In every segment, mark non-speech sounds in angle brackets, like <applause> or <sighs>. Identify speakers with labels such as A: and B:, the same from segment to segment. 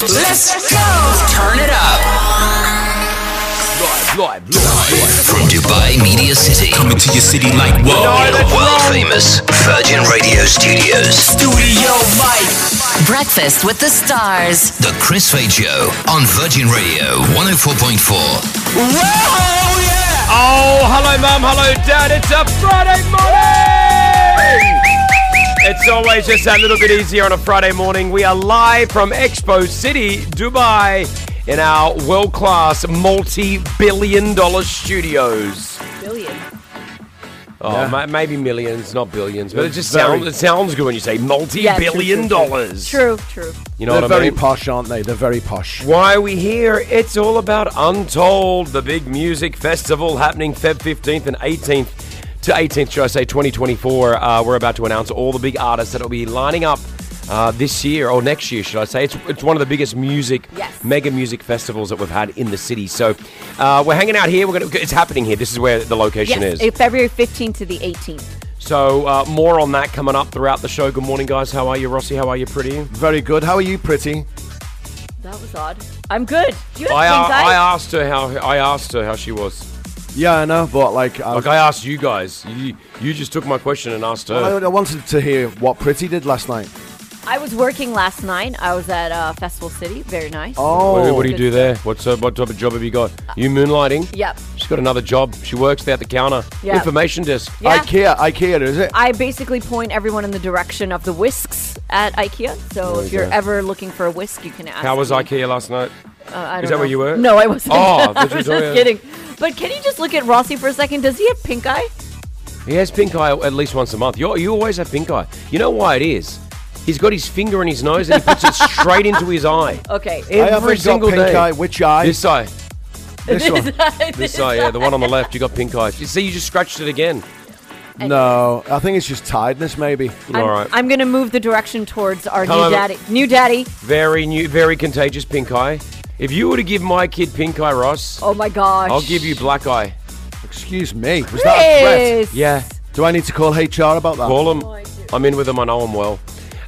A: Let's go. Turn it up.
B: From Dubai Media City.
C: Coming to your city like
B: In the world famous Virgin Radio Studios.
A: Studio Mike.
D: Breakfast with the Stars.
B: The Chris Fade Show on Virgin Radio 104.4.
A: Whoa, yeah.
E: Oh, hello, mum. Hello, dad. It's a Friday morning. It's always just that little bit easier on a Friday morning. We are live from Expo City, Dubai, in our world class multi billion dollar studios. Billion. Oh, ma- maybe millions, not billions, but it just
F: Very-
E: sounds it sounds good when you say multi-billion dollars.
G: True, true.
E: You know
F: They're
E: what I
F: very
E: mean?
F: posh, aren't they? They're very posh.
E: Why are we here? It's all about Untold, the big music festival happening Feb 15th and 18th to 18th, should I say, 2024. Uh, we're about to announce all the big artists that will be lining up uh, this year or next year, should I say. It's, it's one of the biggest music,
G: Yes.
E: mega music festivals that we've had in the city. So uh, we're hanging out here. We're gonna, it's happening here. This is where the location
G: Yes,
E: is.
G: eh, February 15th to the 18th.
E: so uh, more on that coming up throughout the show. Good morning, guys. How are you, Rossi? How are you, pretty?
F: Very good. How are you, pretty?
G: That was odd. I'm good. Do you have
E: I, uh,
G: king size?
E: I asked her how I asked her how she was.
F: Yeah, I know, but like, um, I,
E: Like I asked you guys, you you just took my question and asked
F: I,
E: her.
F: I wanted to hear what pretty did last night.
E: uh,
G: I was working last night. I was at uh, Festival City. Very nice.
E: What,
F: Oh,
E: what do you do there? What's uh, what type of job have you got? You moonlighting?
G: Yep.
E: She's got another job. She works there at the counter,
G: Yeah.
E: information desk.
G: Yeah.
F: IKEA, IKEA, is it?
G: I basically point everyone in the direction of the whisks at IKEA. So if
E: you
G: you're
E: go.
G: ever looking for a whisk, you can ask.
E: How was
G: me.
E: IKEA last night?
G: Uh, I
E: Is
G: don't
E: that where
G: know.
E: you were?
G: No, I wasn't. <laughs>
E: Oh,
G: I
E: did you
G: was
E: enjoy it?
G: just kidding. But can you just look at Rossi for a second? Does he have pink eye?
E: He has pink eye at least once a month. You you always have pink eye. You know why it is? He's got his finger in his nose and he puts <laughs> it straight into his eye
G: <laughs> Okay.
F: I haven't
E: every
F: got
E: single
F: pink
E: day.
F: eye. Which eye?
E: This eye,
G: <laughs>
F: This one.
E: this eye, yeah, the one on the left. You got pink eye. You see, you just scratched it again.
F: No, I think it's just tiredness, maybe.
G: I'm,
E: All right.
G: I'm gonna move the direction towards our
E: Come
G: new
E: over.
G: daddy. New daddy.
E: Very new, very contagious pink eye. If you were to give my kid pink eye, Ross,
G: Oh my gosh.
E: I'll give you black eye.
F: Excuse me. Was that a threat?
G: Chris.
E: Yeah.
F: Do I need to call HR about that?
E: Call him. I'm in with him. I know him well.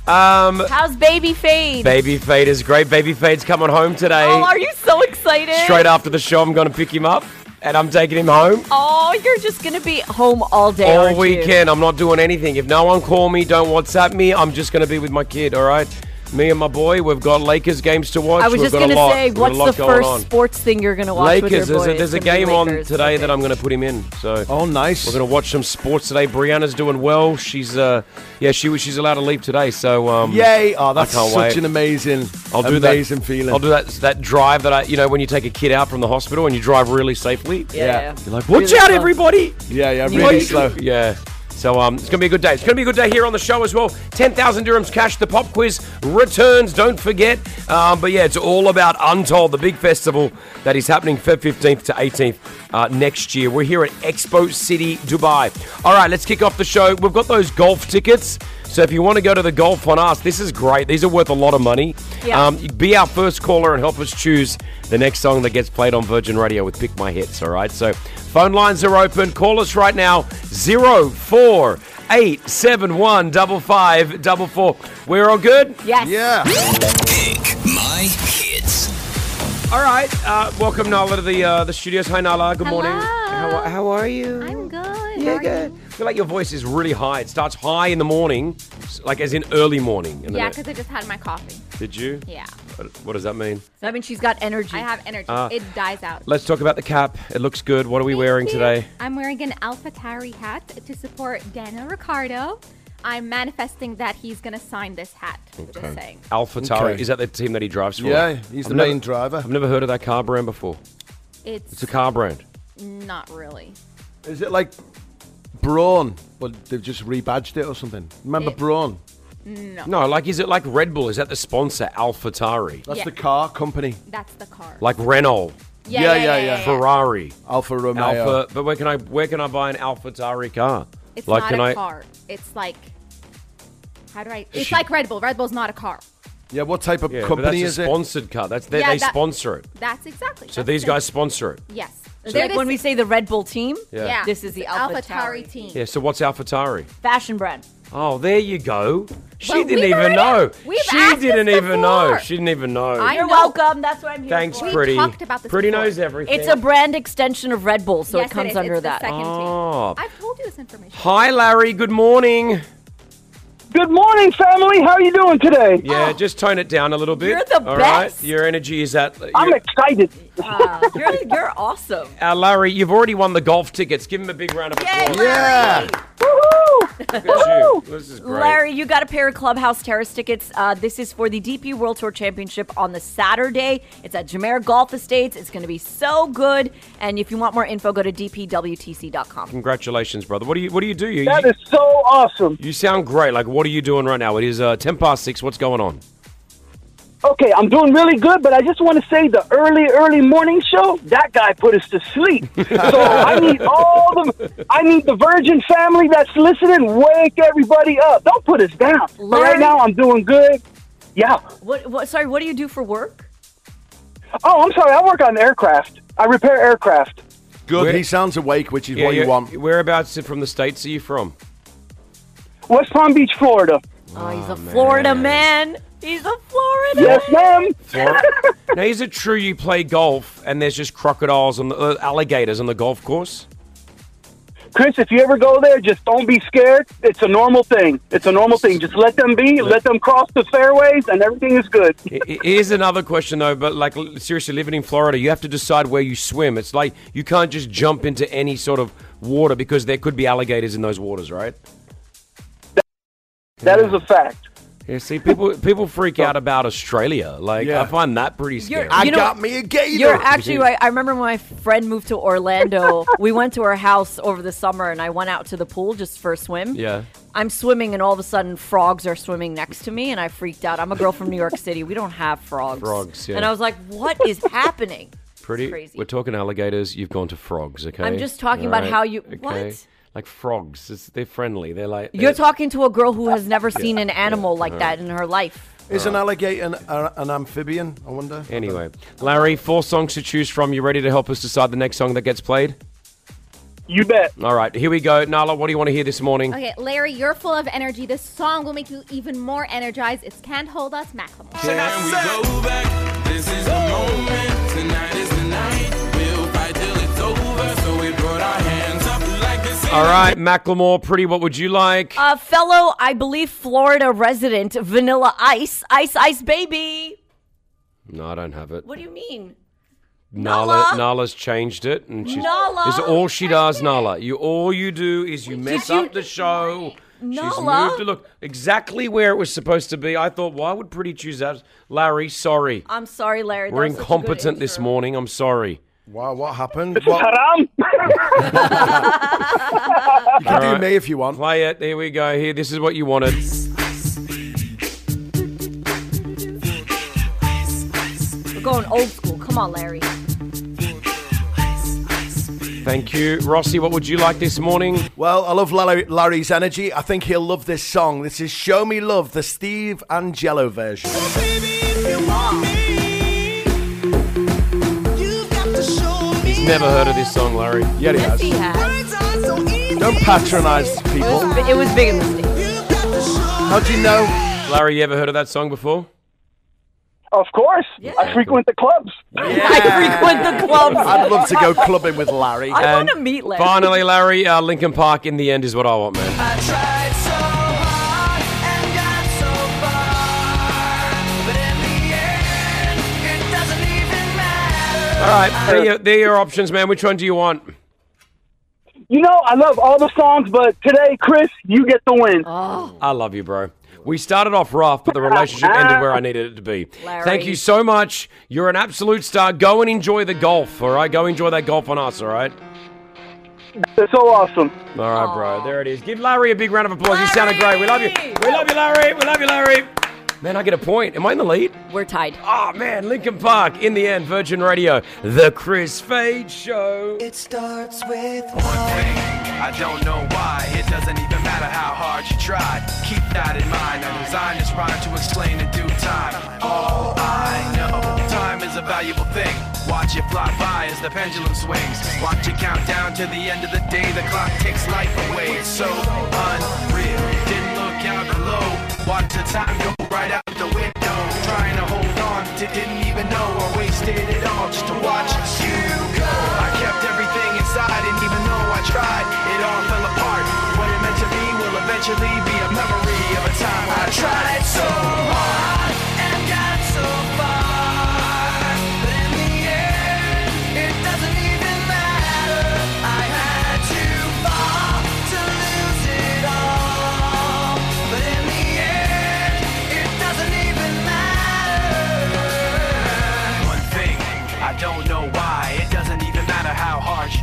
E: Um,
G: How's baby fade?
E: baby Fade is great. Baby Fade's coming home today.
G: Oh, are you so excited?
E: Straight after the show, I'm going to pick him up and I'm taking him home
G: Oh, you're just gonna be home all day.
E: all
G: aren't you?
E: weekend. I'm not doing anything. If no one call me, don't WhatsApp me. I'm just going to be with my kid. All right. Me and my boy. We've got Lakers games to watch.
G: I was
E: We've
G: just
E: got a
G: gonna
E: lot.
G: say,
E: We've got a
G: what's
E: lot
G: the
E: going
G: first
E: on.
G: sports thing you're gonna watch
E: Lakers.
G: with your boy?
E: There's a,
G: It's
E: there's a
G: gonna be
E: game on
G: Lakers.
E: today
G: Okay.
E: that I'm going to put him in. So
F: Oh, nice.
E: We're going to watch some sports today. Brianna's doing well. She's uh, yeah, she was- she's allowed to leave today. So um,
F: Yay! Oh, that's
E: can't
F: such
E: wait.
F: an amazing,
E: I'll do that.
F: amazing feeling.
E: I'll do that that drive that I you know when you take a kid out from the hospital and you drive really safely.
G: Yeah.
F: Yeah.
E: You're like, watch
G: Really
E: out,
G: slow.
E: everybody!
F: Yeah, yeah,
E: Why
F: really
E: you-
F: slow.
E: Yeah. So um, it's gonna be a good day. It's gonna be a good day here on the show as well. Ten thousand dirhams cash. The pop quiz returns. Don't forget. Um, but yeah, it's all about Untold, the big festival that is happening Feb fifteenth to eighteenth uh, next year. We're here at Expo City, Dubai. All right, let's kick off the show. We've got those golf tickets. So if you want to go to the golf on us, this is great. These are worth a lot of money.
G: Yeah.
E: Um, be our first caller and help us choose the next song that gets played on Virgin Radio with Pick My Hits, all right? So phone lines are open. Call us right now, 04871 5544. We're all good?
G: Yes.
F: Yeah.
B: Pick My Hits.
E: All right. Uh, welcome, Nala, to the, uh, the studios. Hi, Nala. Good morning. How, how are you?
H: I'm good.
E: Yeah,
H: How are
E: good.
H: you?
E: I feel like your voice is really high. It starts high in the morning, s- like as in early morning. And then
H: Yeah,
E: it-
H: because I just had my coffee.
E: Did you?
H: Yeah.
E: What- What does that mean?
G: I mean, she's got energy.
H: I have energy.
E: Ah.
H: it dies out.
E: Let's talk about the cap. It looks good. What are we wearing today?
H: I'm wearing an Alpha Tauri hat to support Daniel Ricardo. I'm manifesting that he's going to sign this hat. Just saying.
E: Alpha Tauri.
F: Okay.
E: Is that the team that he drives for?
F: Yeah, he's the
E: never-
F: main driver.
E: I've never heard of that car brand before.
H: It's,
E: It's a car brand.
H: not really.
F: Is it like Braun, but they've just rebadged it or something? Remember
H: It-
F: Braun?
E: No, like is it like Red Bull? Is that the sponsor Alpha Tauri?
F: That's
H: Yeah.
F: the car company,
H: That's the car.
E: Like Renault,
F: yeah, yeah, yeah.
E: Ferrari,
F: Alfa Romeo.
E: Alpha. But where can I where can I buy an Alpha Tauri car?
H: It's
E: like
H: not
E: can
H: a
E: I
H: car. It's like. How do I? It's like Red Bull. Red Bull's not a car.
F: Yeah, what type of
E: Yeah, but
F: company
E: that's
F: is
E: a
F: it?
E: sponsored car. That's they,
H: Yeah,
E: they
H: that-
E: sponsor it.
H: That's exactly.
E: So
H: that's
E: these
H: the-
E: guys sponsor it.
H: Yes.
G: So
H: They're
G: like
H: the
G: when we
H: s-
G: say the Red Bull team,
E: Yeah.
H: yeah.
G: this is the Alpha Tauri.
H: team.
E: Yeah. So what's Alpha Tauri?
G: fashion brand.
E: Oh, there you go. She
H: Well,
E: didn't
H: we've
E: even
H: already-
E: know.
H: we've
E: she
H: asked this
E: didn't even know.
H: before.
E: She didn't even know.
H: I
G: You're
H: know.
G: welcome. That's what I'm here
E: Oh. Thanks,
G: for.
H: We
E: pretty.
H: talked about this
E: pretty
H: before.
E: knows everything.
G: It's a brand extension of Red Bull, so
H: yes,
G: it comes
H: is.
G: under
H: It's the
G: that.
H: second
E: Oh.
H: team. I've told you this information.
E: Hi, Larry. Good morning.
C: Good morning, family. How are you doing today?
E: Yeah, just tone it down a little bit.
G: You're the
E: all right?
G: best.
E: Your energy is at.
C: I'm
E: you're-
C: excited.
G: Uh, you're, you're awesome.
E: uh, Larry, you've already won the golf tickets. Give him a big round of
G: Yay,
E: applause.
F: Yeah.
C: Woohoo!
E: Look at you. This is great.
G: Larry, you got a pair of Clubhouse Terrace tickets. Uh, this is for the DP World Tour Championship on the Saturday. It's at Jumeirah Golf Estates. It's going to be so good. And if you want more info, go to dpwtc.com.
E: Congratulations, brother. What do you What do you do? You,
C: That is so awesome.
E: you sound great. Like, what are you doing right now? It is uh, ten past six. What's going on?
C: Okay, I'm doing really good, but I just want to say the early, early morning show, that guy put us to sleep. So I need all the, I need the Virgin family that's listening, wake everybody up. Don't put us down. But
G: Larry?
C: right now, I'm doing good. Yeah.
G: What, what, sorry, what do you do for work?
C: Oh, I'm sorry. I work on aircraft. I repair aircraft.
F: Good.
E: Where-
F: He sounds awake, which is
E: Yeah,
F: what you
E: you're-
F: want.
E: Whereabouts from the states are you from?
C: West Palm Beach, Florida.
G: Oh, he's a Florida man. He's a Florida
C: Yes, ma'am.
F: <laughs>
E: Florida. now, is it true you play golf and there's just crocodiles and uh, alligators on the golf course?
C: Chris, if you ever go there, just don't be scared. It's a normal thing. It's a normal thing. Just let them be, let them cross the fairways, and everything is good.
E: I- I- Here's another question though, but like l- seriously, living in Florida, you have to decide where you swim. It's like you can't just jump into any sort of water because there could be alligators in those waters, right?
C: That is a fact.
E: Yeah, see, people people freak out about Australia. Like,
F: Yeah.
E: I find that pretty scary.
G: You're-
F: I
G: You know-
F: got me a gator.
G: You're actually right. I remember when my friend moved to Orlando. we went to her house over the summer, and I went out to the pool just for a swim.
E: Yeah.
G: I'm swimming, and all of a sudden, frogs are swimming next to me, and I freaked out. I'm a girl from New York City. We don't have frogs.
E: Frogs, yeah.
G: And I was like, "What
E: <laughs>
G: is happening?"
E: pretty
G: crazy.
E: We're talking alligators. You've gone to frogs, okay?
G: I'm just talking about how you- what?
E: Like frogs, it's, they're friendly. They're like
G: You're
E: they're-
G: talking to a girl who has never seen an animal like
E: Uh-huh.
G: that in her life.
F: Is an alligator an, uh, an amphibian? I wonder.
E: Anyway, Larry, four songs to choose from. You ready to help us decide the next song that gets played?
C: You bet.
E: All right, here we go. Nala, what do you want to hear this morning?
H: Okay, Larry, you're full of energy. This song will make you even more energized. It's Can't Hold Us, Macklemore.
I: Can we go back? This is the moment. Tonight is the night. We'll fight till it's over. So we put our hands up like this.
E: All right, Macklemore, pretty. What would you like?
G: A fellow, I believe, Florida resident, Vanilla Ice, Ice Ice Baby.
E: no, I don't have it.
G: What do you mean?
E: Nala,
G: Nala?
E: Nala's changed it, and she's
G: Nala?
E: This is all she does. Nala, you all you do is you mess
G: you-
E: up the show. She's
G: Nala?
E: moved to look exactly where it was supposed to be. I thought, why would Pretty choose that? Larry, sorry,
G: I'm sorry, Larry. that
E: we're
G: was such a good
E: incompetent this
G: intro.
E: morning. I'm sorry.
F: Wow, what
G: <laughs>
F: happened?
C: This is
F: What-
C: haram.
F: you can
E: All right.
F: do me if you want.
E: Play it. There we go. Here, this is what you wanted.
G: We're going old school. Come on, Larry.
E: Thank you, Rossi. What would you like this morning?
F: Well, I love Larry, Larry's energy. I think he'll love this song. This is "Show Me Love," the Steve Angelo version.
E: He's never heard of this song, Larry.
F: Yeah, he
G: Yes,
F: has.
G: he has.
F: Don't patronise people.
G: It was big and mistake.
F: How do you know?
E: Larry, you ever heard of that song before?
C: of course. I frequent the clubs.
G: I frequent the clubs.
F: I'd love to go clubbing with Larry.
G: I
E: And
G: want to meet Larry. Uh,
E: Finally, Larry, uh, Lincoln Park in the end is what I want, man.
A: I tried so hard and got so far. But in the end, it doesn't even matter.
E: All right,
G: uh,
E: there you- there are your options, man. Which one do you want?
C: You know, I love all the songs, but today, Chris, you get the win.
G: Oh.
E: I love you, bro. We started off rough, but the relationship ended where I needed it to be.
G: Larry.
E: Thank you so much. You're an absolute star. Go and enjoy the golf, all right? Go enjoy that golf on us, all right?
C: They're so awesome.
E: All right, bro. There it is. Give Larry a big round of applause. You sounded great. We love you. We love you, Larry. We love you, Larry. Man, I get a point. Am I in the lead?
G: We're tied.
E: Oh, man. Lincoln Park, in the end, Virgin Radio, The Chris Fade Show.
A: It starts with
I: I don't know why. It doesn't even matter how hard you tried. Keep that in mind. I designed this rhyme to explain in due time. All I know, time is a valuable thing. Watch it fly by as the pendulum swings. Watch it count down to the end of the day. The clock takes life away. It's so unreal. Didn't look back out below. Watch the time go right out the window. Trying to hold on to didn't even know I wasted it all just to watch you go. I kept everything inside and even though I tried, it all fell apart. What it meant to be will eventually be a memory of a time I tried so hard and got so far. But in the end, it doesn't even matter. I had to fall to lose it all. But in the end, it doesn't even matter. One thing, I don't know why. It doesn't even matter how hard you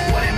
I: What it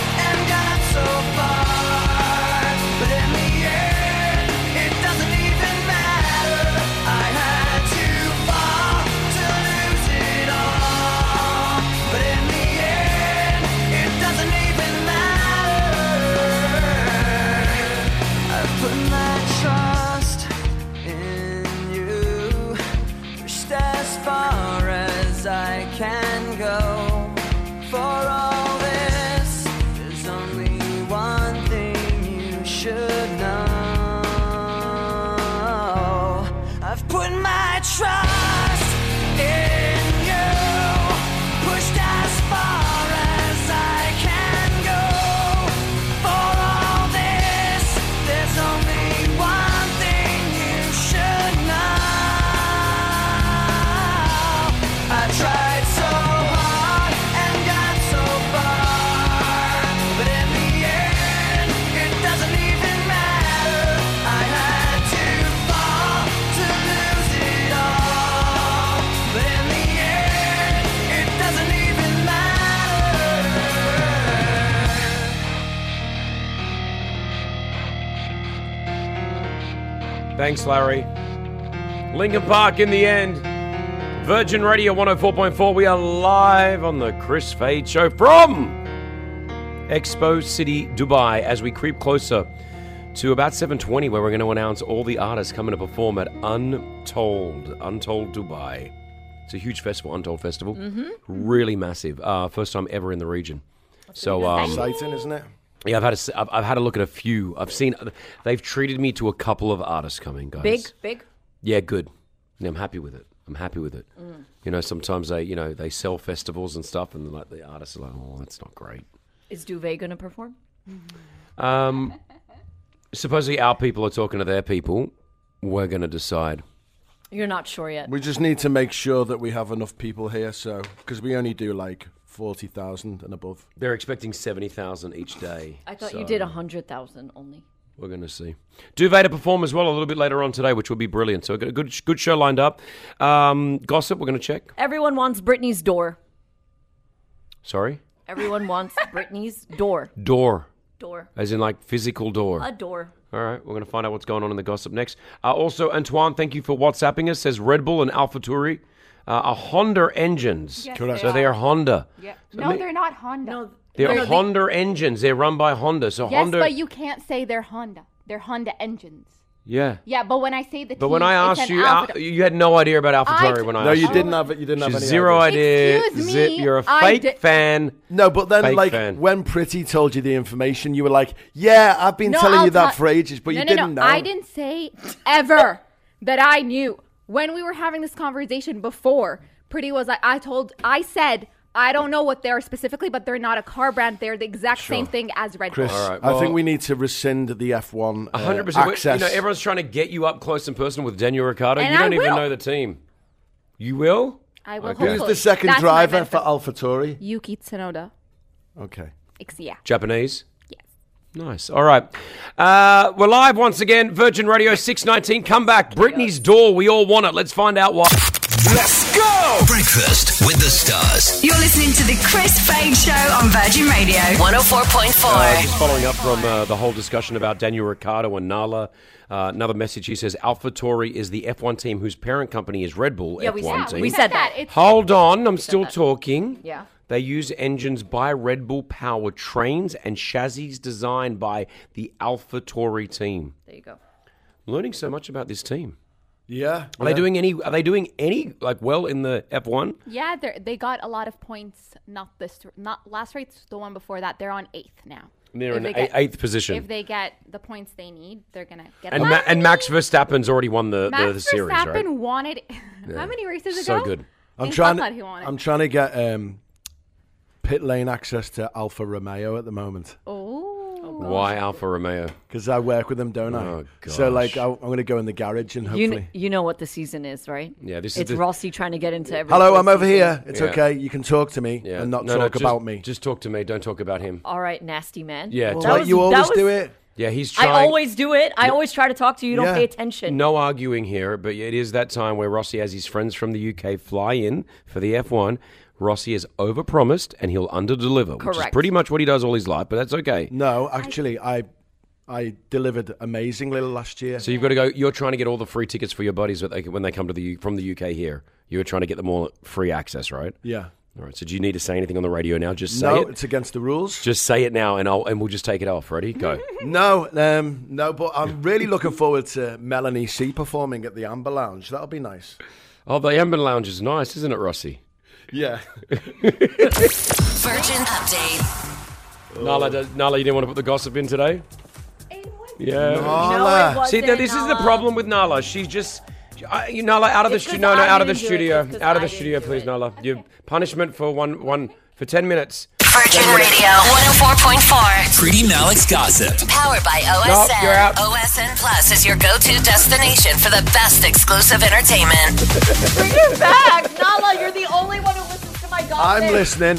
I: and got so far. But in the end, it doesn't even matter. I had to fall to lose it all. But in the end, it doesn't even matter. I put my trust in you, pushed as far as I can go. For all this, there's only one thing you should know. I've put my trust in you, pushed as far as I can go. For all this, there's only one thing you should know. I tried so hard and got so far, but in the end, it doesn't even matter. I had to fall to lose it all, but in the end, it doesn't even matter.
E: Thanks, Larry. Lincoln Park in the end. Virgin Radio 104.4. We are live on the Chris Fade Show from Expo City, Dubai, as we creep closer to about 7:20, where we're going to announce all the artists coming to perform at Untold, Untold Dubai. It's a huge festival, Untold Festival. Mm-hmm. Really massive. Uh, first time ever in the region. So um,
F: Exciting, isn't it?
E: yeah, I've had a s- I've, I've had a look at a few. I've seen they've treated me to a couple of artists coming, guys.
G: Big, big.
E: Yeah, good. Yeah, I'm happy with it. I'm happy with it.
G: Mm.
E: You know, sometimes they, you know, they sell festivals and stuff, and like the artists are like, "Oh, that's not great."
G: Is Duvet going to perform?
E: Um, <laughs> Supposedly, our people are talking to their people. We're going to decide.
G: You're not sure yet.
F: We just need to make sure that we have enough people here, so because we only do like forty thousand and above.
E: They're expecting seventy thousand each day.
G: I thought
E: so
G: you did a 100,000 only.
E: We're going to see. Duvet to perform as well a little bit later on today, which will be brilliant. So, we've got a good, good show lined up. Um, gossip, we're going to check.
G: Everyone wants Britney's door.
E: Sorry,
G: Everyone <laughs> wants Britney's door.
E: door,
G: Door.
E: as in like physical door.
G: A door.
E: All right, we're going to find out what's going on in the gossip next. Uh, also, Antoine, thank you for WhatsApping us. Says Red Bull and Alpha Touri uh, are Honda engines.
H: Yes, Correct.
E: So
H: they
E: they are Honda.
H: No, they're not Honda. No,
E: They're
G: No, they-
E: Honda engines. They're run by Honda. So
H: yes,
E: Honda.
H: but you can't say they're Honda. They're Honda engines.
E: yeah.
H: Yeah, but when I say the
E: But when I asked you,
H: out,
F: uh,
E: Al- you had no idea about Alpha
H: I-
E: Touri when I
F: No,
E: asked
F: you
E: you.
F: didn't have it. You didn't have
E: She's
F: any
E: zero
F: idea.
E: idea.
H: Excuse
E: Zip,
H: me,
E: you're a
H: I
E: fake
H: di-
E: fan.
F: No, but then
E: Fake
F: like
E: fan.
F: when Pretty told you the information, you were like, "Yeah, I've been
H: No,
F: telling
H: I'll
F: you that
H: tell-
F: for ages," but
H: no,
F: you
H: no,
F: didn't
H: no.
F: know.
H: I didn't say ever that I knew. When we were having this conversation before, Pretty was like, I told, I said, I don't know what they are specifically, but they're not a car brand. They're the exact same thing as Red
F: Chris,
H: Bull.
E: right,
F: I
E: well-
F: think we need to rescind the F1 uh,
E: 100%.
F: access.
E: You know, everyone's trying to get you up close and personal with Daniel Ricciardo.
H: And
E: you don't
H: I
E: even
H: will.
E: know the team. You will?
H: I will
E: Okay.
H: hopefully.
F: Who's the second
H: That's my
F: driver
H: benefit.
F: for AlphaTauri?
H: Yuki Tsunoda.
F: Okay.
H: Ixia.
E: Japanese?
H: Yes.
E: Nice. All right. Uh, we're live once again. Virgin Radio 619. Come back. Britney's door. We all want it. Let's find out why.
B: Let's go! Breakfast with the stars.
J: You're listening to the Chris Fade Show on Virgin Radio.
D: 104.4.
E: Uh, just following up from uh, the whole discussion about Daniel Ricciardo and Nala, uh, another message. He says AlphaTauri is the F1 team whose parent company is Red Bull
G: Yeah,
E: F1
G: we said-
E: team.
G: we said that.
H: It's
E: Hold on, I'm still talking.
G: Yeah.
E: They use engines by Red Bull power trains and chassis designed by the AlphaTauri team.
G: There you go.
E: Learning so much about this team.
F: Yeah.
E: Are they doing any? Are they doing any like well in the F one?
H: yeah, they're- they got a lot of points. Not this, not last race, the one before that. They're on eighth now.
E: They're
H: If
E: in
H: they
E: eight-
H: get-
E: eighth position.
H: If they get the points they need, they're gonna get.
E: And
H: a
E: Ma-
H: lot.
E: and Max Verstappen's already won the, the,
H: Max
E: the series,
H: Verstappen
E: right?
H: wanted. <laughs> How many races
E: So
H: ago?
E: good.
F: I'm
H: In
F: trying.
H: Stuttgart he wanted.
F: I'm trying to get um, pit lane access to Alfa Romeo at the moment
H: oh,
E: Why Alfa Romeo?
F: because I work with them, don't I?
E: Oh,
F: So
E: gosh.
F: like, I, I'm going to go in the garage and
G: You,
F: hopefully.
G: kn- you know what the season is, right?
E: Yeah, this is
G: it's
E: the-
G: Rossi trying to get into every.
F: Hello, I'm
G: race
F: over
G: season.
F: here. It's
E: Yeah.
F: okay. You can talk to me
E: Yeah,
F: and not
E: No, no,
F: talk
E: just-
F: about me.
E: Just talk to me. Don't talk about him.
G: All right, nasty man.
E: Yeah,
F: Well,
E: that
F: like
E: was-
F: you
G: that
F: always
G: was-
F: do it.
E: Yeah, he's
G: I
E: trying.
G: always do it. I always try to talk to you. You don't
F: Yeah.
G: pay attention.
E: No arguing here, but it is that time where Rossi has his friends from the UK fly in for the F1. Rossi has overpromised and he'll underdeliver, which is
G: Correct.
E: pretty much what he does all his life, but that's okay.
F: No, actually, I I delivered amazingly last year.
E: So you've got to go. You're trying to get all the free tickets for your buddies that they, when they come to the U- from the UK here. You're trying to get them all free access, right?
F: yeah.
E: All right. So do you need to say anything on the radio now? Just say
F: No,
E: it.
F: it's against the rules. <laughs>
E: Just say it now, and I'll and we'll just take it off. Ready? Go.
F: No, um, no, but
E: <laughs>
F: I'm really looking forward to Melanie C performing at the Amber Lounge. That'll be nice.
E: oh, the Amber Lounge is nice, isn't it, Rossi?
F: Yeah.
D: Virgin Update.
E: Nala, does, Nala, you didn't want to put the gossip in today. Yeah.
F: Nala.
G: wasn't,
E: See, now this is the
G: Nala.
E: problem with Nala. She's just. I, you- Nala, out of
G: It's
E: the
G: 'cause
E: studio. No, no,
G: I
E: out of the
G: didn't do it.
E: studio.
G: It's 'cause
E: Out of
G: I
E: the
G: didn't
E: studio,
G: do
E: please,
G: it.
E: Nala. Your punishment for one, one, for 10 minutes.
D: Virgin Radio 104.4.
B: Pretty Malik's gossip.
D: Powered by
E: Nope,
D: OSN.
E: you're out.
D: OSN Plus is your go to destination for the best exclusive entertainment.
G: Bring it back, Nala. You're the only one who listens to my gossip.
F: I'm listening.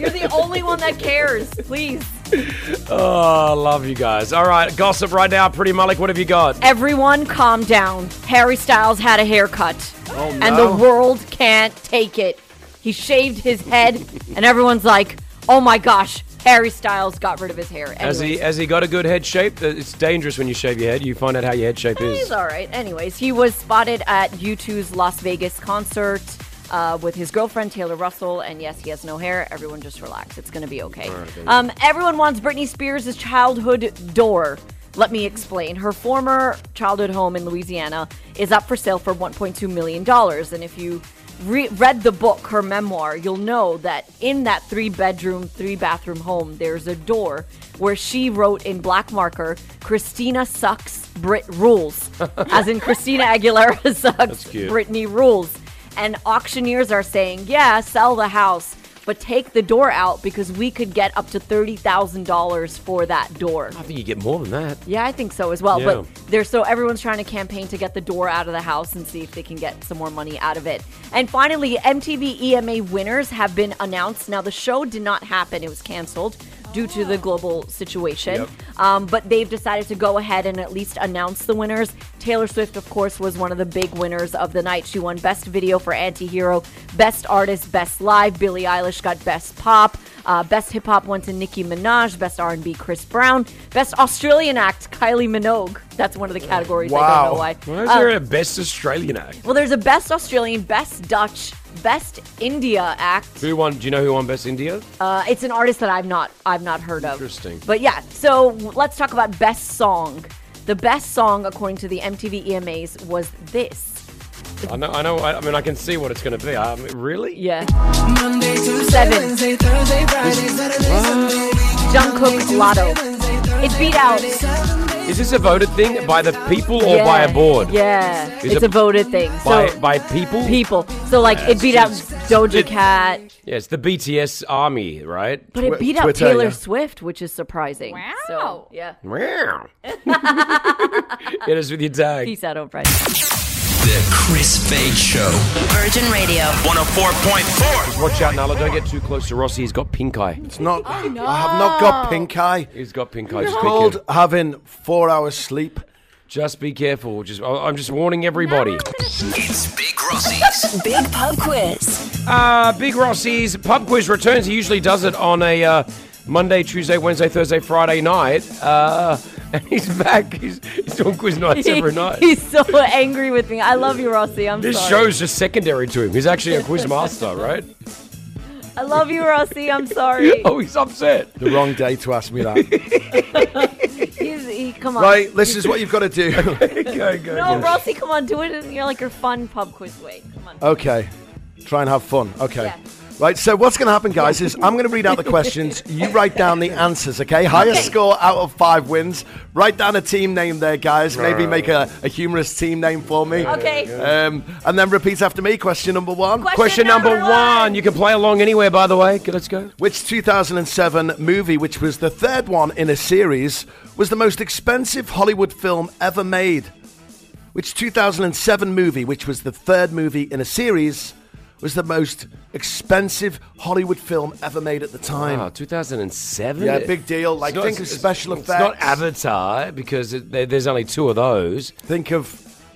G: You're the only one that cares. Please.
E: <laughs> Oh, I love you guys. All right, gossip right now. Pretty Malik, what have you got?
G: Everyone calm down. Harry Styles had a haircut.
E: Oh,
G: And
F: no.
G: the world can't take it. He shaved his head, and everyone's like, oh my gosh, Harry Styles got rid of his hair.
E: Has he,
G: Anyways,
E: has he got a good head shape? It's dangerous when you shave your head. You find out how your head shape is.
G: He's all right. Anyways, he was spotted at U2's Las Vegas concert. Uh, with his girlfriend Taylor Russell, and yes, he has no hair. Everyone just relax. It's gonna be okay. um, everyone wants Britney Spears' childhood door. Let me explain. Her former childhood home in Louisiana is up for sale for 1.2 million dollars, and if you re- read the book, her memoir, you'll know that in that three bedroom, three bathroom home, there's a door where she wrote in black marker, Christina sucks, Brit rules. As in, Christina Aguilera <laughs> sucks,
E: cute.
G: Britney rules. And auctioneers are saying, yeah, sell the house, but take the door out because we could get up to $30,000 for that door.
E: I think you get more than that.
G: Yeah, I think so as well.
E: Yeah.
G: But there's so everyone's trying to campaign to get the door out of the house and see if they can get some more money out of it. And finally, MTV EMA E winners have been announced. Now the show did not happen; it was canceled due to
E: Ah.
G: the global situation. Um, but they've decided to go ahead and at least announce the winners. Taylor Swift, of course, was one of the big winners of the night. She won Best Video for Antihero, Best Artist, Best Live. Billie Eilish got Best Pop. Uh, Best Hip Hop went to Nicki Minaj. Best R&B, Chris Brown. Best Australian Act, Kylie Minogue. That's one of the categories. I don't know
F: Wow.
G: why.
E: Why is
G: Uh,
E: there a best Australian act?
G: well, there's a Best Australian, Best Dutch, Best India Act.
E: Who won? Do you know who won Best India?
G: Uh, it's an artist that I've not I've not heard of.
E: Interesting.
G: But yeah, so w- let's talk about Best Song. The best song, according to the MTV EMAs, E was this.
E: I know. I know. I, I mean, I can see what it's going to be. I mean, really?
G: Yeah.
A: Monday, Tuesday,
G: Seven.
A: Wednesday, Thursday, Friday, Saturday, Sunday.
G: Jungkook Lotto. It beat out.
E: Is this a voted thing by the people or by a board?
G: Yeah.
E: Is
G: it's
E: it-
G: a voted thing. So
E: By by people.
G: people. So like it beat out Doja
E: It-
G: Cat,
E: Yeah, it's the BTS army, right?
G: but it
F: Twi-
G: beat out
F: Twitter,
G: Taylor
F: yeah.
G: Swift, which is surprising. Wow. So, yeah.
E: Meow. <laughs> Hit us with your tag.
G: Peace out, Oprah.
B: The Chris Fade Show.
D: Virgin Radio.
B: 104.4.
E: Watch out, Nala. Don't get too close to Rossi. He's got pink eye.
F: It's not.
G: Oh.
F: I have not got pink eye.
E: He's got pink eye.
F: It's
E: Just be
F: called
E: careful.
F: having four hours sleep.
E: Just be careful. Just I- I'm just warning everybody.
B: It's Big Rossies.
G: <laughs>
J: Big pub quiz.
E: Uh, Big Rossi's pub quiz returns. He usually does it on a uh, Monday, Tuesday, Wednesday, Thursday, Friday night. Uh, <laughs> and he's back. He's, he's doing quiz
G: <laughs>
E: nights every night.
G: He's so angry with me. I love you, Rossi. I'm
E: This
G: sorry.
E: show's just secondary to him. He's actually a quiz master, right?
G: I love you, Rossi. I'm sorry.
F: <laughs>
E: Oh, he's upset.
F: The wrong day to ask me that.
G: He's, he, <laughs> come on.
F: right, this is what you've got
E: <laughs>
F: to do.
E: Go, go.
G: <laughs> No, Rossi, come on. Do it in your like your fun pub quiz way. Come on.
F: Okay. Try and have fun. Okay.
G: Yeah.
F: Right, so what's going to happen, guys, is I'm going to read out the questions. You write down the answers, okay? Highest score out of five wins. Write down a team name there, guys. Maybe make a, a humorous team name for me.
G: Okay.
F: Um, and then repeat after me. Question number one.
E: Question number one. You can play along anywhere, by the way. Okay, let's go.
F: Which 2007 movie, which was the third one in a series, was the most expensive Hollywood film ever made? Which 2007 movie, which was the third movie in a series, was the most expensive Hollywood film ever made at the time?
E: Wow, 2007.
F: Yeah, big deal.
E: Ah, It's
F: Like,
E: not-
F: think of
E: it's-
F: special
E: it's
F: effects.
E: not Avatar because it, there, there's only two of those.
F: Think of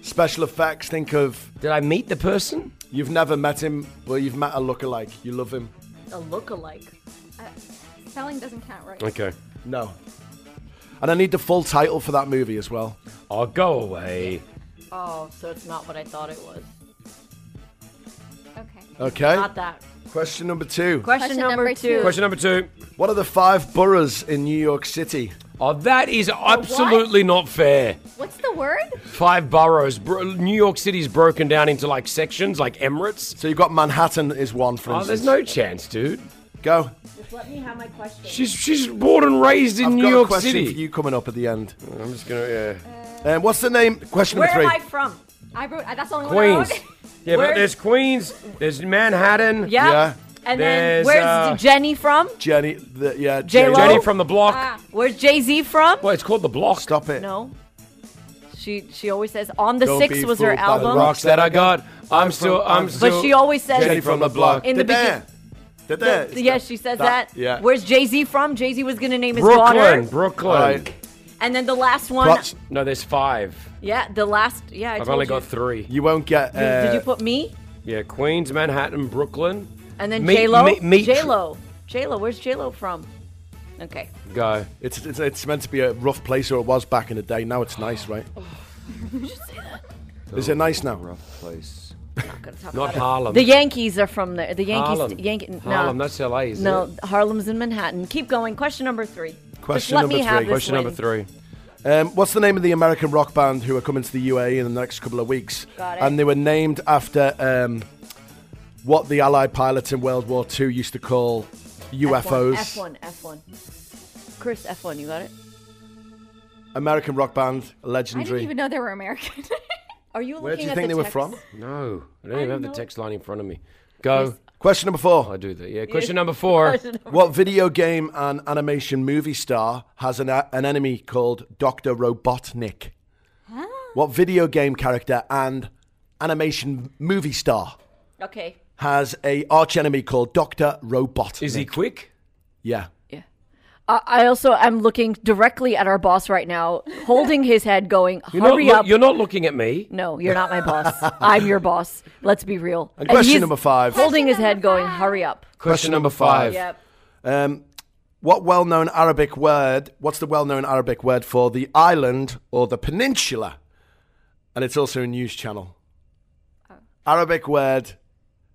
F: special effects. Think of
E: Did I meet the person?
F: you've never met him, but you've met a lookalike. You love him.
G: A look-alike.
H: Spelling doesn't count, right?
E: Okay.
F: No. And I need the full title for that movie as well.
E: I'll Oh, go away.
G: Oh, so it's not what I thought it was.
H: Okay.
F: Okay.
G: Not that. <laughs>
F: Question number two.
G: Question,
H: Question
G: number,
H: number
G: two.
E: Question number two.
F: What are the five boroughs in New York City?
E: Oh, that is absolutely not fair.
H: What's the word?
E: Five boroughs. Bro- New York City's broken down into like sections, like Emirates.
F: So you've got Manhattan is one, for
E: Oh,
F: instance.
E: there's no chance, dude.
F: Go.
G: Just let me have my question.
E: She's she's born and raised in
F: I've
E: New
F: got
E: York
F: a question
E: City.
F: for you coming up at the end.
E: I'm just gonna yeah.
F: Um, what's the name? Question
G: Where
F: number
G: am
F: three.
G: I from?
H: I wrote. uh, That's the only one.
E: Queens.
H: <laughs> I wrote.
E: Yeah,
G: Where-
E: but there's Queens. There's Manhattan.
G: Yeah.
F: Yeah.
G: And then
E: There's,
G: where's
E: uh,
G: Jenny from?
F: Jenny. The, yeah.
G: J-Lo?
F: Jenny.
E: Jenny from the block.
H: Ah.
G: Where's Jay Z from?
E: Well, it's called the block.
F: Stop it.
G: No. She she always says on the
F: Don't
G: six
F: be
G: was her
F: fooled by the
G: album,
F: rocks.
E: That I got. I'm still. I'm
F: But
E: still.
G: but she always says
F: Jenny from the block.
G: in the
F: Da-da.
G: beginning.
F: Da-da. It's
G: Yes,
F: that-
G: she says that.
F: Yeah.
G: Where's Jay Z from? Jay Z was gonna name his
E: Brooklyn.
G: daughter.
E: Brooklyn.
F: All right.
G: And then the last one.
F: But
E: No, there's five.
G: Yeah, the last. Yeah, I
E: I've
G: told
E: only
G: you.
E: got three.
F: you won't get.
G: Did-
F: Uh,
G: Did you put me?
E: Yeah, Queens, Manhattan, Brooklyn.
G: And then
E: Meet-
G: J Lo.
E: meet- meet-
G: J Lo. J Lo. Where's J Lo from? Okay.
E: Go.
F: it's, it's it's meant to be a rough place, or it was back in the day. Now it's nice,
G: <sighs>
F: right? Is it nice now?
E: Place.
G: Not gonna talk
E: Not
G: about it.
E: Harlem.
G: The Yankees are from there. The Yankees.
E: Harlem.
G: Yankee, no.
E: Harlem. That's LA. Is
G: no,
E: It?
G: Harlem's in Manhattan. Keep going. Question number three. Just
F: Question
G: let
F: number
G: me have
F: three.
G: this
E: Question number
G: win.
E: three.
F: Um, what's the name of the American rock band who are coming to the UAE in the next couple of weeks?
G: Got it.
F: And they were named after um, what the Allied pilots in World War II used to call UFOs.
G: F1, F1, F1. Chris, F1, you got it?
F: American rock band,
H: I didn't
F: legendary.
H: even know they were American. <laughs>
G: Are you looking
F: Where do you
G: at
F: think
G: the
F: they were
G: text?
F: from?
E: No, I don't even have the
G: know.
E: text line in front of me. Go.
F: Question number
E: I
F: four.
E: do that. Yeah. Question
G: <laughs>
E: number four.
F: What video game and animation movie star has an, an enemy called Dr. Robotnik? What video game character and animation movie star
G: Okay.
F: has a arch enemy called Dr. Robotnik?
E: Is he quick?
F: Yeah.
G: Uh, I also am looking directly at our boss right now, holding his head, going,
E: You're not,
G: "Hurry
E: loo-
G: up!"
E: you're not looking at me.
G: No, you're not my boss. I'm your boss. Let's be real.
F: And question
G: he's
F: number five.
G: Holding his head, going, "Hurry up!"
E: Question number five.
G: Yep.
F: Um, what well-known Arabic word? What's the well-known Arabic word for the island or the peninsula? And it's also a news channel. Arabic word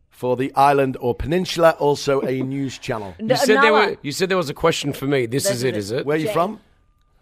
F: for the island or peninsula, also a news channel.
E: You said
G: Nala.
E: there were. You said there was a question for me. This is it, is it?
F: Where are you from?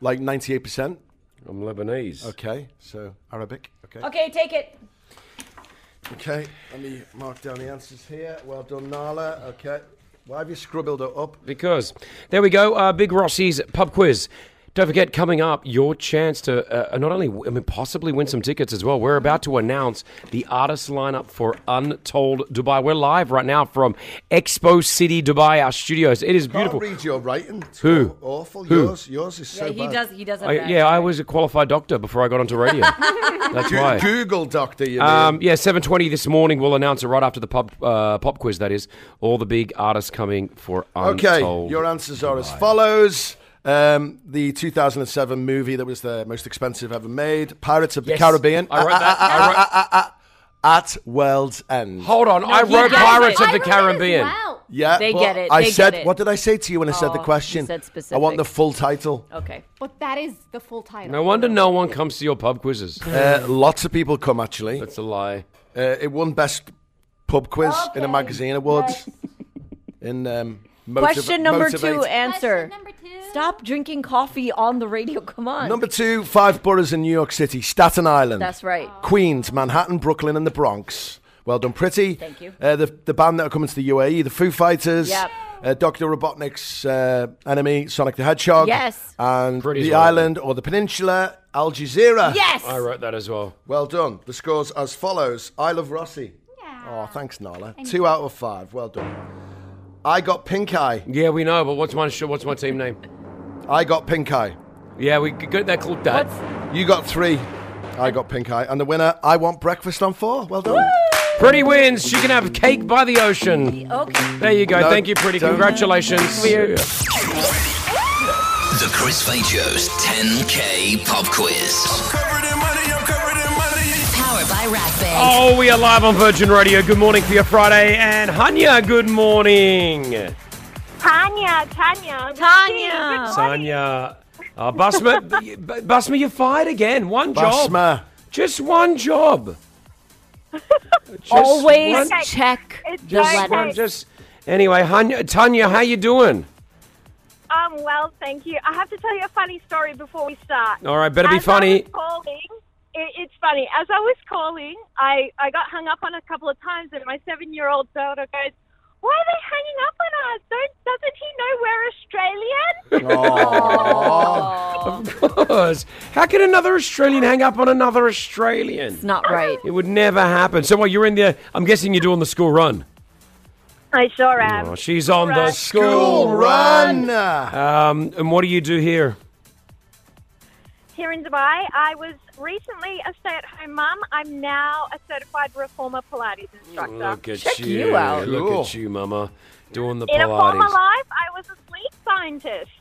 F: Like ninety-eight percent.
E: I'm Lebanese.
F: Okay, Oh, so Arabic. Okay.
G: Okay, take it. Oh.
F: Okay. Let me mark down the answers here. Well done, Nala. Okay. Why have you scribbled it up?
E: Because there we go. Uh, Big Rossi's pub quiz. Don't forget, coming up, your chance to uh, not only, I mean, possibly win some tickets as well. We're about to announce the artist lineup for Untold Dubai. We're live right now from Expo City Dubai, our studios. It is beautiful.
F: Can't read your writing. It's
E: Who?
F: Awful.
E: Who?
F: Yours. Yours is so
G: he
F: bad.
G: does. He does. Have
E: I,
G: that.
E: yeah, I was a qualified doctor before I got onto
G: <laughs>
E: radio. That's
F: Go-
E: right.
F: Google doctor. You mean.
E: Um, yeah, seven twenty this morning. We'll announce it right after the pub uh, pop quiz. That is all the big artists coming for
F: Okay,
E: Untold.
F: your answers are as follows. Um, the 2007 movie that was the most expensive ever made, Pirates of
E: Yes.
F: the Caribbean.
E: I wrote
F: Ah,
E: that.
F: ah,
E: I
F: ah,
E: wrote-
F: ah, ah, ah, ah, at world's end.
E: Hold on, I
G: he
E: wrote
G: gets
E: Pirates
G: it.
E: of the
H: I wrote it as
E: Caribbean.
H: well.
F: Yeah,
G: They
F: but
G: get it.
F: I
G: They get
F: said,
G: it.
F: what did I say to you when I said the
G: Oh, you
F: question?
G: said
F: I want the
G: specific.
F: full title.
G: Okay.
H: But that is the full title.
E: No wonder no one comes to your pub quizzes.
F: Uh, lots of people come actually.
E: That's a lie.
F: Uh, it won best pub quiz in a magazine awards. <laughs> in um, motiv-
G: Question number two,
F: Motivate.
G: answer.
H: Question number two.
G: Stop drinking coffee on the radio. Come on.
F: Number two, five boroughs in New York City, Staten Island.
G: That's right.
H: Oh.
F: Queens, Manhattan, Brooklyn, and the Bronx. Well done, pretty.
G: Thank you.
F: Uh, the, the band that are coming to the UAE, the Foo Fighters.
G: Yep.
F: Uh, Dr. Robotnik's uh, enemy, Sonic the Hedgehog.
G: Yes.
F: And
E: Pretty's
F: the
E: well done.
F: island or the peninsula, Al Jazeera.
G: Yes.
E: I wrote that as well.
F: Well done. The scores as follows I love Rossi.
H: Yeah.
F: Oh, thanks, Nala. Two out of five. Well done. I got pink eye.
E: Yeah, we know, but what's my sh- what's my team name?
F: I got pink eye.
E: Yeah, we could get that clip that.
F: You got three. I got pink eye. And the winner, I want breakfast on four. Well done.
E: Pretty wins. She can have cake by the ocean.
G: Okay.
E: There you go.
F: No,
E: Thank you, Pretty.
F: don't.
E: Congratulations.
G: Weird.
B: The Chris Fade Show's 10K Pop Quiz.
I: Covered in money, I'm covered in money.
D: Powered by Rack Bank.
E: Oh, we are live on Virgin Radio. Good morning for your Friday. And Hanya, good morning.
K: Tanya, Tanya.
G: Tanya.
E: Sanya. Uh, Busma, <laughs> b- Busma, you're fired again. One job.
F: Basma.
E: Just one job. Just
G: Always
E: one-
G: check
K: It's
G: the
K: okay.
E: just one.
G: letters.
E: Just anyway, Hanya, Tanya, how you doing?
K: Um, well, thank you. I have to tell you a funny story before we start.
E: All right, better be
K: As
E: funny.
K: I was calling, it, it's funny. As I was calling, I, I got hung up on a couple of times, and my seven year old daughter goes, "Why are they hanging up on us? Don't, doesn't he know we're Australian?"
E: <laughs> Of course. How can another Australian hang up on another Australian?
G: It's not right.
E: It would never happen. So, well, you're in the. I'm guessing you're doing the school run.
K: I sure am.
E: Oh, she's on the
K: Run.
E: school run.
F: run.
E: Um, and what do you do here?
K: Here in Dubai, I was recently a stay at home mum. I'm now a certified reformer Pilates instructor.
E: Look at
G: Check
E: you.
G: you out.
E: Look
F: Cool.
E: at you, Mama, doing the
K: In a former
E: Pilates.
K: life, I was a sleep scientist.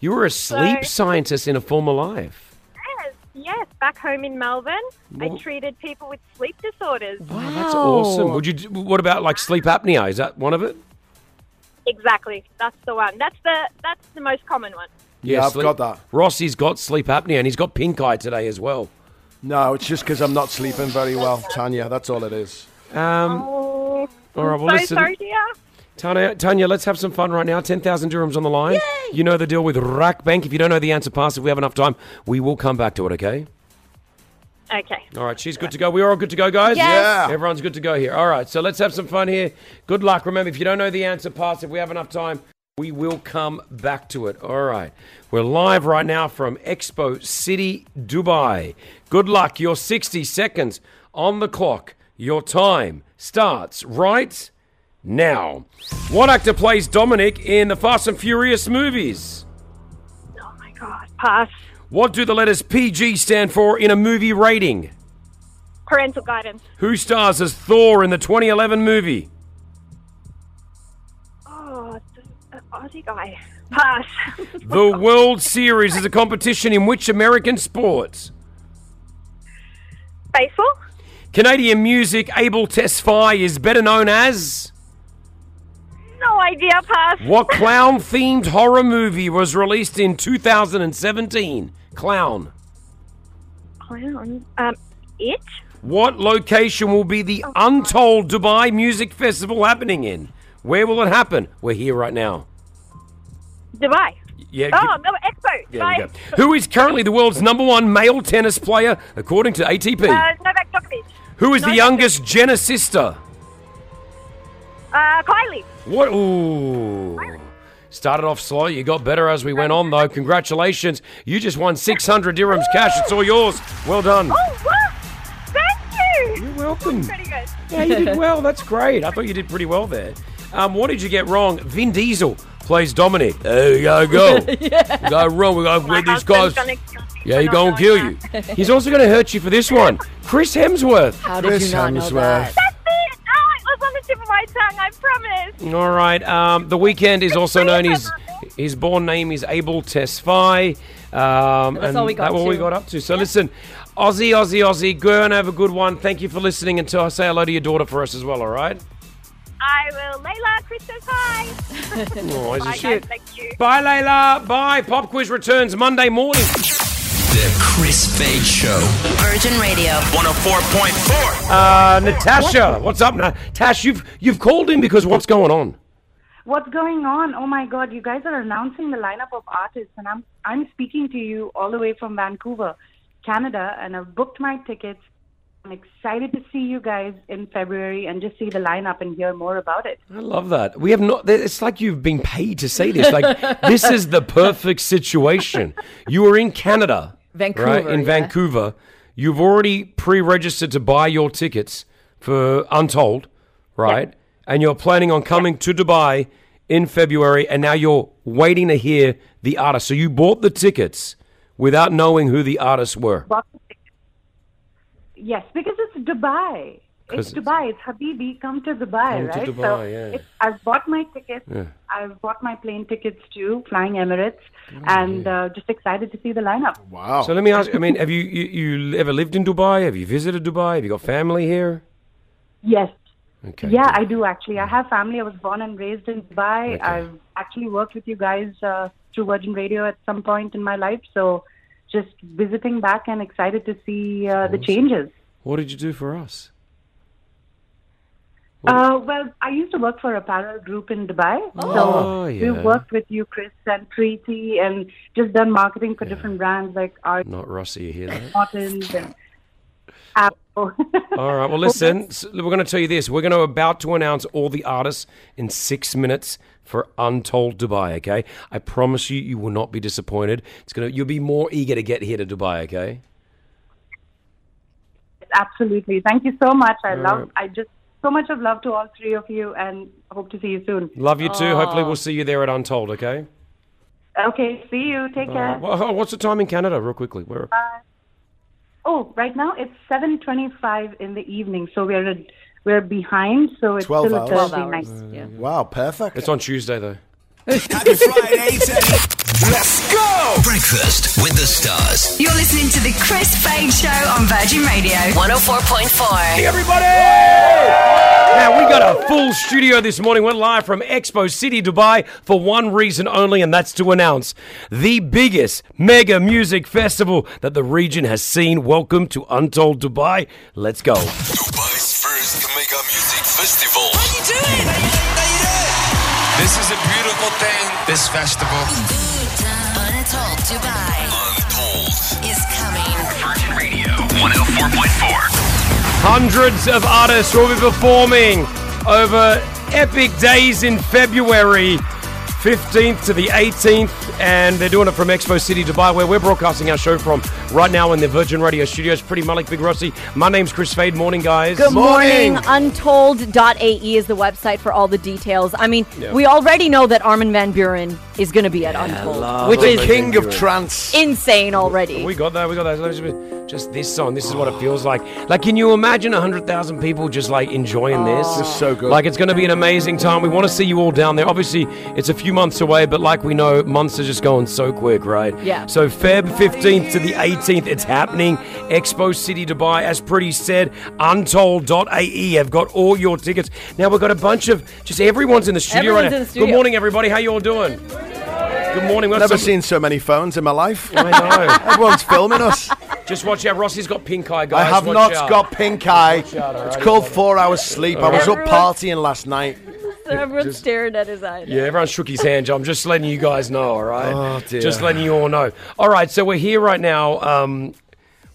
E: You were a sleep
K: Sorry.
E: scientist in a former life.
K: Yes, yes. Back home in Melbourne,
E: Wha-
K: I treated people with sleep disorders.
E: Wow, that's awesome. Would you? do- What about like sleep apnea? Is that one of it?
K: Exactly. That's the one. That's the that's the most common one.
F: Yeah, I've
E: sleep-
F: got that.
E: Rossi's got sleep apnea and he's got pink eye today as well.
F: No, it's just because I'm not sleeping very well, Tanya. That's all it is.
E: Um,
K: Oh,
E: all right, well,
K: so
E: listen.
K: sorry, dear.
E: Tanya, Tanya, let's have some fun right now. 10,000 dirhams on the line. You know the deal with Rack Bank. If you don't know the answer, pass. If we have enough time, we will come back to it, okay?
K: Okay.
E: All right, she's good to go. We're all good to go, guys?
F: Yes. Yeah.
E: Everyone's good to go here. All right, so let's have some fun here. Good luck. Remember, if you don't know the answer, pass. If we have enough time, we will come back to it. All right. We're live right now from Expo City, Dubai. Good luck. Your 60 seconds on the clock. Your time starts right now. What actor plays Dominic in the Fast and Furious movies?
K: Oh my God. Pass.
E: What do the letters PG stand for in a movie rating?
K: Parental guidance.
E: Who stars as Thor in the 2011 movie?
K: Oh, the, the Aussie guy. Pass. <laughs>
E: The World Series is a competition in which American sports?
K: Baseball.
E: Canadian music Abel Tesfaye is better known as?
K: No idea. Pass.
E: What clown themed horror movie was released in 2017? Clown.
K: Clown. Um, it.
E: What location will be the Untold Dubai Music Festival happening in? Where will it happen? We're here right now.
K: Dubai.
E: Yeah.
K: Oh, no, Expo.
E: there we go. Who is currently the world's number one male tennis player, according to ATP?
K: Uh, Novak Djokovic.
E: Who is the
K: Novak-
E: youngest Jenna sister?
K: Uh, Kylie.
E: What? Ooh. Started off slow. You got better as we went on, though. Congratulations. You just won 600 dirhams cash. It's all yours. Well done.
K: Oh, what? Thank you.
E: You're welcome.
K: Pretty good.
E: Yeah, you did
G: <laughs>
E: well. That's great. I thought you did pretty well there. Um, what did you get wrong? Vin Diesel plays Dominic. There you gotta go.
K: <laughs>
E: You got wrong. We gotta
K: My
E: win these guys.
K: husband's gonna kill me
E: Yeah,
K: for
E: he
K: not
E: gonna
K: knowing
E: kill
K: that.
E: you. He's also gonna hurt you for this one. Chris Hemsworth.
G: How did
F: Chris
G: you not know that?
K: That's it. Oh, it was on the tip of my tongue. I promise.
E: All right. Um, the weekend is also known as His born name is Abel Tesfaye. Um,
G: That's
E: and
G: all we got
E: that's what we
G: to.
E: got up to. So listen, Aussie, Aussie, Aussie, go and have a good one. Thank you for listening. Until I say hello to your daughter for us as well. All
G: <laughs>
E: right.
K: I will. Layla, Christos, hi.
E: <laughs> Oh, isn't
K: Bye,
E: she-
K: guys. Thank you.
E: Bye, Layla. Bye. Pop quiz returns Monday morning.
B: The Chris Fade Show.
D: Virgin Radio.
B: 104.4.
E: Uh, Natasha, what's up, Natasha? You've you've called in because what's going on?
L: What's going on? Oh my God! You guys are announcing the lineup of artists, and I'm I'm speaking to you all the way from Vancouver, Canada, and I've booked my tickets. I'm excited to see you guys in February and just see the lineup and hear more about it.
E: I love that. We have not. It's like you've been paid to say this. Like this is the perfect situation. You are in Canada, right?
G: Vancouver,
E: In
G: yeah.
E: Vancouver, you've already pre-registered to buy your tickets for Untold, right? And you're planning on coming to Dubai in February, and now you're waiting to hear the artist. So you bought the tickets without knowing who the artists were.
L: Yes, because it's Dubai.
E: 'Cause
L: It's
E: it's-
L: Dubai. It's Habibi. Come to Dubai,
E: Come to
L: right? so
E: Dubai, yeah.
L: it's, I've bought my tickets.
E: Yeah.
L: I've bought my plane tickets too, flying Emirates,
E: Oh,
L: and uh, just excited to see the lineup.
F: Wow.
E: So let me ask. I mean, have you, you you ever lived in Dubai? Have you visited Dubai? Have you got family here?
L: Yes.
E: Okay. Mm.
L: yeah, I do actually. I have family. I was born and raised in Dubai.
E: Okay.
L: I've actually worked with you guys uh, through Virgin Radio at some point in my life. So just visiting back and excited to see uh, the changes.
E: What did you do for us?
L: Uh, well, I used to work for a apparel group in Dubai.
E: Oh,
L: so
E: yeah.
L: we've worked with you, Chris, and Preeti, and just done marketing for different brands like Art
E: Not Rossi, you hear that? <laughs>
L: Martins and Apple. <laughs>
E: All right. Well, listen. s- We're going to tell you this. We're going to about to announce all the artists in six minutes for Untold Dubai. Okay. I promise you, you will not be disappointed. It's going to. You'll be more eager to get here to Dubai. Okay.
L: Absolutely. Thank you so much. I
E: All
L: love.
E: right.
L: I just so much of love to all three of you, and hope to see you soon.
E: Love you too. Hopefully, we'll see you there at Untold. Okay.
L: Oh, Okay. See you. Take
E: All
L: care.
E: right. Well, oh, what's the time in Canada, real quickly? Where?
L: Oh, right now it's seven twenty-five in the evening, so we're a, we're behind. So it's
F: 12
L: still
F: hours.
L: a Thursday
F: 12 hours,
L: night.
F: Uh, Wow, perfect.
E: It's on Tuesday though. <laughs>
B: Let's go! Breakfast with the stars.
J: You're listening to the Chris Fade Show on Virgin Radio.
D: 104.4.
E: Now, we got a full studio this morning. We're live from Expo City, Dubai, for one reason only, and that's to announce the biggest mega music festival that the region has seen. Welcome to Untold Dubai. Let's go.
M: Dubai's first mega music festival.
A: you doing?
M: This is a beautiful thing. This festival.
D: Untold Dubai is coming. Virgin Radio.
B: 104.4.
E: Hundreds of artists will be performing over epic days in February. 15th to the 18th, and they're doing it from Expo City, Dubai, where we're broadcasting our show from right now in the Virgin Radio studios. Pretty Malik Big Rossi. My name's Chris Fade. Morning, guys.
G: Good morning. Untold.ae E is the website for all the details. I mean,
E: Yeah.
G: we already know that Armin Van Buren is going to be at Untold, which is
F: king of trance.
G: insane <laughs> already.
E: We got that. We got that. Just this song. This is what it feels like. Like, can you imagine hundred thousand people just like enjoying this?
F: Oh. It's just so good.
E: Like, it's going to be an amazing time. We want to see you all down there. Obviously, it's a few months away, but like we know, months are just going so quick, right?
A: Yeah.
E: So Feb fifteenth to the eighteenth, it's happening. Expo City Dubai, as pretty said. Untold.ae E have got all your tickets. Now we've got a bunch of just everyone's in the studio
G: Everyone's
E: right now.
G: in the studio.
E: Good morning, everybody. How you all doing? Good morning. We've got some-
F: Never seen so many phones in my life. <laughs>
E: I know.
F: Everyone's filming us.
E: Just watch out. Rossi's got pink eye,
F: I
E: guys.
F: have
E: Watch
F: not
E: out.
F: got pink eye.
E: out,
F: it's
E: alright,
F: called four hours sleep. I was up
G: Everyone-
F: partying last night.
G: Everyone stared at his eyes.
E: Yeah, everyone shook his hand. I'm just letting you guys know, all right?
F: Oh, dear.
E: Just letting you all know. All right, so we're here right now. Um,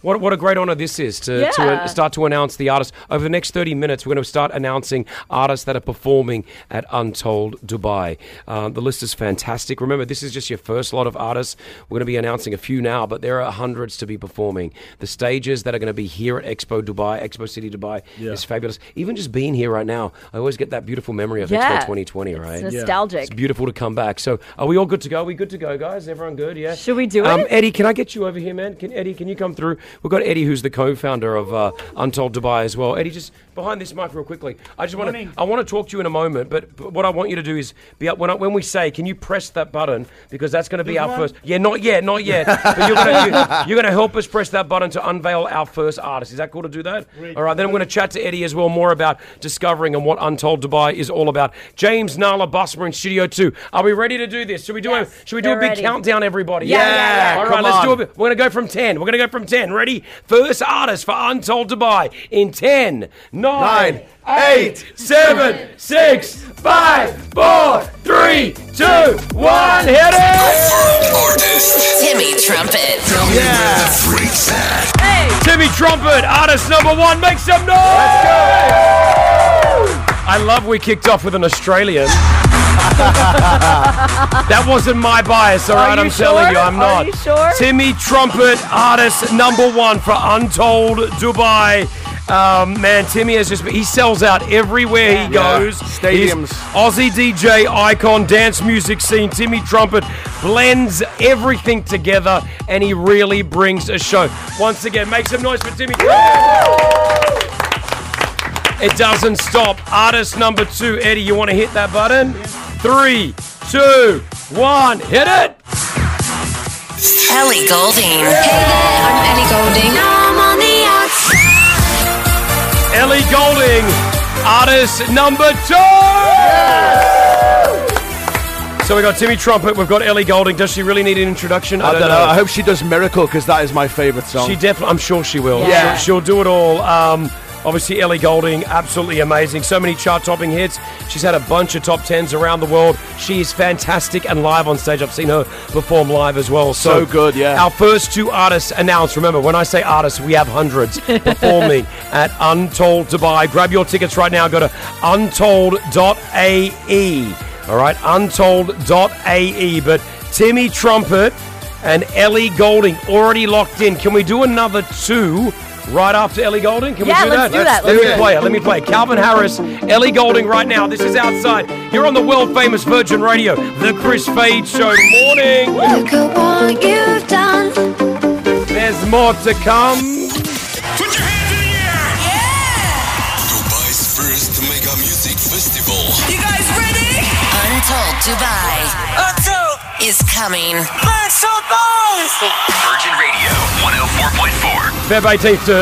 E: what, what a great honor this is to, to
G: Yeah.
E: uh, start to announce the artists. Over the next 30 minutes, we're going to start announcing artists that are performing at Untold Dubai. Uh, the list is fantastic. Remember, this is just your first lot of artists. We're going to be announcing a few now, but there are hundreds to be performing. The stages that are going to be here at Expo Dubai, Expo City Dubai, is fabulous. Even just being here right now, I always get that beautiful memory of Expo
G: Yeah.
E: 2020, right?
G: It's nostalgic.
E: It's beautiful to come back. So, are we all good to go? Are we good to go, guys? Everyone good? Yeah.
G: Should we do
E: um,
G: it?
E: Eddie, can I get you over here, man? Can Eddie, can you come through? We've got Eddie, who's the co-founder of uh, Untold Dubai as well. Eddie, just behind this mic real quickly. I just want to
N: Morning.
E: I want to talk to you in a moment, but, but what I want you to do is be up when I, when we say, can you press that button because that's going to be
N: This
E: our
N: one?
E: first. Yeah, not yet, not
N: <laughs>
E: yet. but you're going you, to help us press that button to unveil our first artist. Is that cool to do that?
N: Great.
E: All right, then I'm going to chat to Eddie as well more about discovering and what Untold Dubai is all about. James Nala Busmer in Studio Two. Are we ready to do this? Should we do a Should we do a
N: they're
E: big
N: ready.
E: countdown, everybody?
N: Yeah, yeah, yeah.
E: All
N: Come
E: right, let's do a
N: on.
E: bit. We're going to go from ten. We're going to go from ten. Ready? First artist for Untold Dubai in ten, nine,
N: Nine,
E: eight, seven, six, five, four, three, two, one. Hit it!
D: Timmy Trumpet.
E: Hey! Timmy Trumpet, artist number one, make some noise! Let's go! I love we kicked off with an Australian. <laughs> that wasn't my bias, all
N: Are
E: right?
N: you
E: I'm telling you,
N: sure?
E: I'm
N: Are
E: not.
N: you sure?
E: Timmy Trumpet, artist number one for Untold Dubai. Um, man, Timmy has just—he sells out everywhere he
N: Yeah.
E: goes.
F: Stadiums.
E: He's Aussie DJ icon, dance music scene, Timmy Trumpet blends everything together and he really brings a show. Once again, make some noise for Timmy. It doesn't stop. Artist number two, Eddie, you want to hit that button? Three, two, one, hit it!
D: Ellie Golding. Hey there, I'm Ellie Golding. I'm on the outside.
E: Ellie Golding, artist number two. So we got Timmy Trumpet, we've got Ellie Golding. Does she really need an introduction?
F: I don't know. I hope she does Miracle because that is my favorite song.
E: She definitely. I'm sure she will.
F: Yeah.
E: She'll, she'll do it all. Um, obviously, Ellie Golding, absolutely amazing. So many chart-topping hits. She's had a bunch of top tens around the world. She is fantastic and live on stage. I've seen her perform live as well. So,
F: So good, yeah.
E: Our first two artists announced. Remember, when I say artists, we have hundreds
N: <laughs>
E: performing at Untold Dubai. Grab your tickets right now. Go to untold.ae. E. All right, untold.ae. E. But Timmy Trumpet and Ellie Golding already locked in. Can we do another two right after Ellie Golding? Can
N: Yeah,
E: we do
N: let's
E: that?
N: do that.
E: Let
N: Let's
E: me
N: do it.
E: play it. Let me play it. Calvin Harris, Ellie Golding right now. This is outside. You're on the world famous Virgin Radio, The Chris Fade Show. Morning.
N: Look at what you've done.
E: There's more to come.
M: Dubai's first mega music festival.
D: You guys ready? Untold Dubai. Untold is coming. Max on
B: Virgin Radio 104.4.
E: Feb 18th to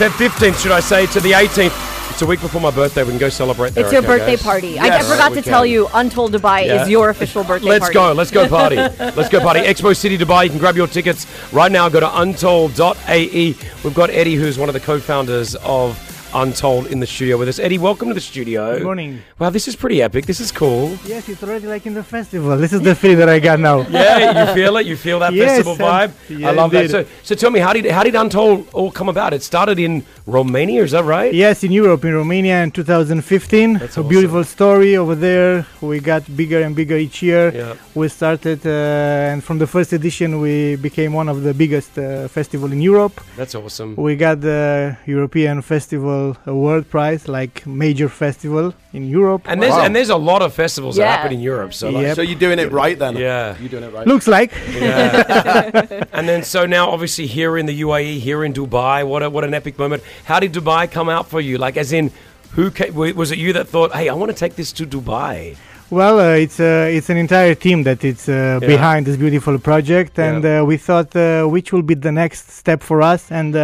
E: Feb 15th, should I say, to the 18th. It's a week before my birthday. We can go celebrate there.
G: It's your
E: okay,
G: birthday
E: guys?
G: party. I, I
E: Yes.
G: forgot to
E: We
G: tell
E: can.
G: you, Untold Dubai
E: Yeah.
G: is your official birthday
E: Let's
G: party.
E: go. Let's go party. let's go party. Expo City Dubai. You can grab your tickets right now. Go to untold.ae. E. We've got Eddie, who's one of the co-founders of Untold, in the studio with us. Eddie, welcome to the studio.
O: Good morning.
E: Wow, this is pretty epic. This is cool.
O: Yes, it's already like in the festival. This is the feel that I got now.
E: <laughs> Yeah, you feel it. You feel that
O: Yes,
E: festival
O: um,
E: vibe.
O: yeah,
E: I love
O: indeed.
E: that. So, so tell me, how did how did Untold all come about? It started in Romania, is that right?
O: Yes, in Europe, in Romania in 2015. That's a beautiful story over there. We got bigger and bigger each year.
E: Yeah.
O: We started, uh, and from the first edition, we became one of the biggest uh, festival in Europe.
E: That's awesome.
O: We got the European Festival Award Prize, like major festival in Europe.
E: And there's and there's a lot of festivals that happen in Europe. So, like,
O: Yep.
F: So you're doing it right then.
E: Yeah,
F: you're doing it right.
O: Looks like.
E: Yeah. <laughs> and then so now obviously here in the UAE, here in Dubai, what a, what an epic moment! How did Dubai come out for you? Like, as in, who ca- wa- was it? You that thought, hey, I want to take this to Dubai?
O: Well, uh, it's uh, it's an entire team that it's uh,
E: Yeah.
O: behind this beautiful project, and uh, we thought uh, which will be the next step for us, and uh,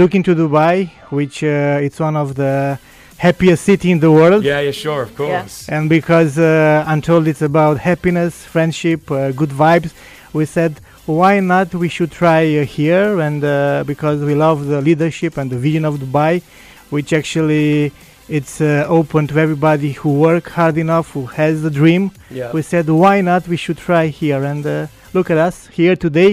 O: look into Dubai, which uh, it's one of the happiest city in the world.
E: Yeah, yeah, sure, of course.
O: And because uh, Untold it's about happiness, friendship, uh, good vibes, we said why not we should try uh, here and uh, because we love the leadership and the vision of Dubai, which actually it's uh, open to everybody who work hard enough, who has the dream.
N: Yeah.
O: We said why not we should try here and. Uh, Look at us here
F: <laughs>
O: today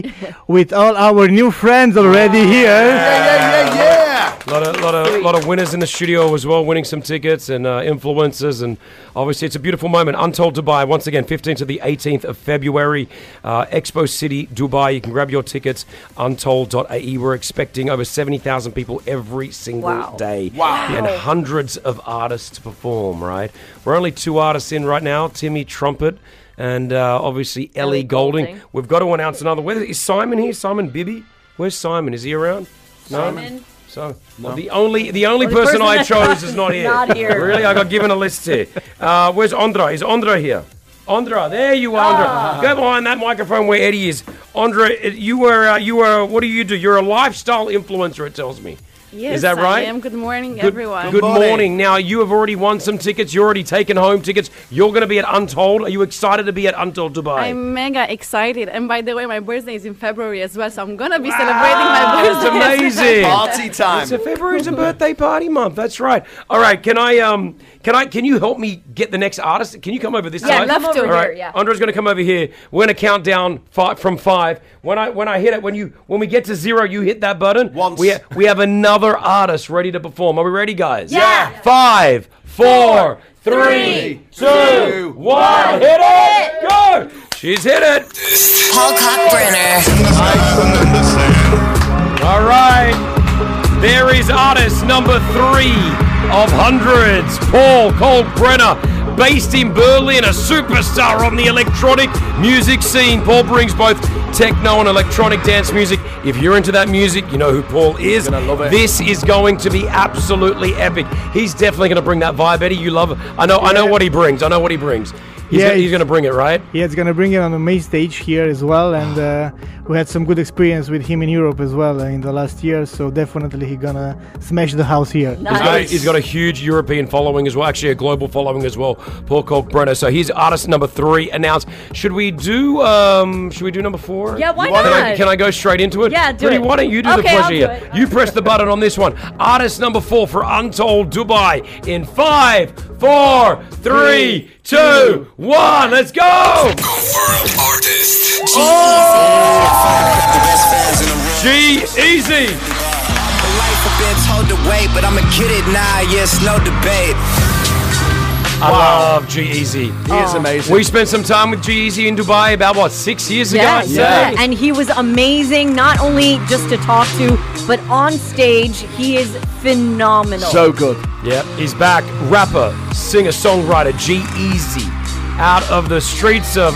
O: with all our new friends already here.
F: yeah, yeah, yeah.
E: A lot of, lot, of, lot of winners in the studio as well, winning some tickets and uh, influencers. And obviously, it's a beautiful moment. Untold Dubai, once again, 15th to the 18th of February, uh, Expo City, Dubai. You can grab your tickets, untold.ae. E. We're expecting over 70,000 people every single
N: Wow.
E: day.
N: Wow.
E: And hundreds of artists to perform, right? We're only two artists in right now Timmy Trumpet and uh, obviously Ellie Golding.
N: Golding.
E: We've got to announce another. Where is Simon here? Simon Bibby? Where's Simon? Is he around? No.
G: Simon?
E: So the only the only
G: Or the
E: person,
G: person
E: I
G: that-
E: chose is not here.
G: Not here.
E: really, I got given a list here. Uh, where's Andra? Is Andra here? Andra, there you are. Andra, go behind that microphone where Eddie is. Andra, it- you were uh, you were what do you do? You're a lifestyle influencer. It tells me.
P: Yes,
E: is that right?
P: I am. Good morning,
E: Good-
P: everyone.
E: Good, morning. Now you have already won some tickets. You're already taken home tickets. You're going to be at Untold. Are you excited to be at Untold Dubai?
P: I'm mega excited, and by the way, my birthday is in February as well, so I'm gonna be celebrating my birthday.
E: That's Ah, amazing.
P: time.
E: It's a February's a birthday party month. That's right. All right. Can I um can I can you help me get the next artist? Can you come over this
G: Yeah,
E: side?
G: I'd love to.
E: All
G: Over
E: right.
G: here, yeah.
E: Andre's gonna come over here. We're gonna count down five from five. When I when I hit it, when you when we get to zero, you hit that button. Once we ha- we have another artist ready to perform. Are we ready, guys?
A: Yeah.
E: Five, four, three, two, one. Hit it. Go. She's hit it.
D: Paul
E: Cockbrenner. All right. There is artist number three of hundreds, Paul Kalkbrenner. Based in Berlin, a superstar on the electronic music scene. Paul brings both techno and electronic dance music. If you're into that music, you know who Paul is.
F: You're gonna love it.
E: This is going to be absolutely epic. He's definitely going to bring that vibe, Eddie. You love. I know. I know what he brings. I know what he brings. He's
O: Yeah,
E: gonna- he's going to bring it, right?
O: Yeah, it's gonna bring it on the main stage here as well, and uh, we had some good experience with him in Europe as well uh, in the last year. So definitely he gonna smash the house here.
E: He's got, a, he's got a huge European following as well, actually a global following as well. Paul Kalkbrenner. So he's artist number three announced. Should we do? Um, should we do number four?
G: Yeah, why
E: Can I- Can I,
G: not?
E: go straight into it?
G: Yeah, do
E: Pretty,
G: it.
E: Why don't you do the
G: Okay, I'll
E: pleasure
G: do
E: here?
G: it.
E: You press the button on this one. Artist number four for Untold Dubai in five, four, three, two, one. Let's go!
M: Artist.
D: E Oh.
E: G E Easy.
Q: Life have been told to wait, but I'ma get it now. Yeah, it's no debate.
E: I love G Easy. He
F: is Oh. amazing.
E: We spent some time with G Easy in Dubai about what six years ago.
G: yeah. And he was amazing, not only just to talk to, but on stage, he is phenomenal.
E: good. Yep, he's back. Rapper, singer, songwriter, G Easy. Out of the streets of,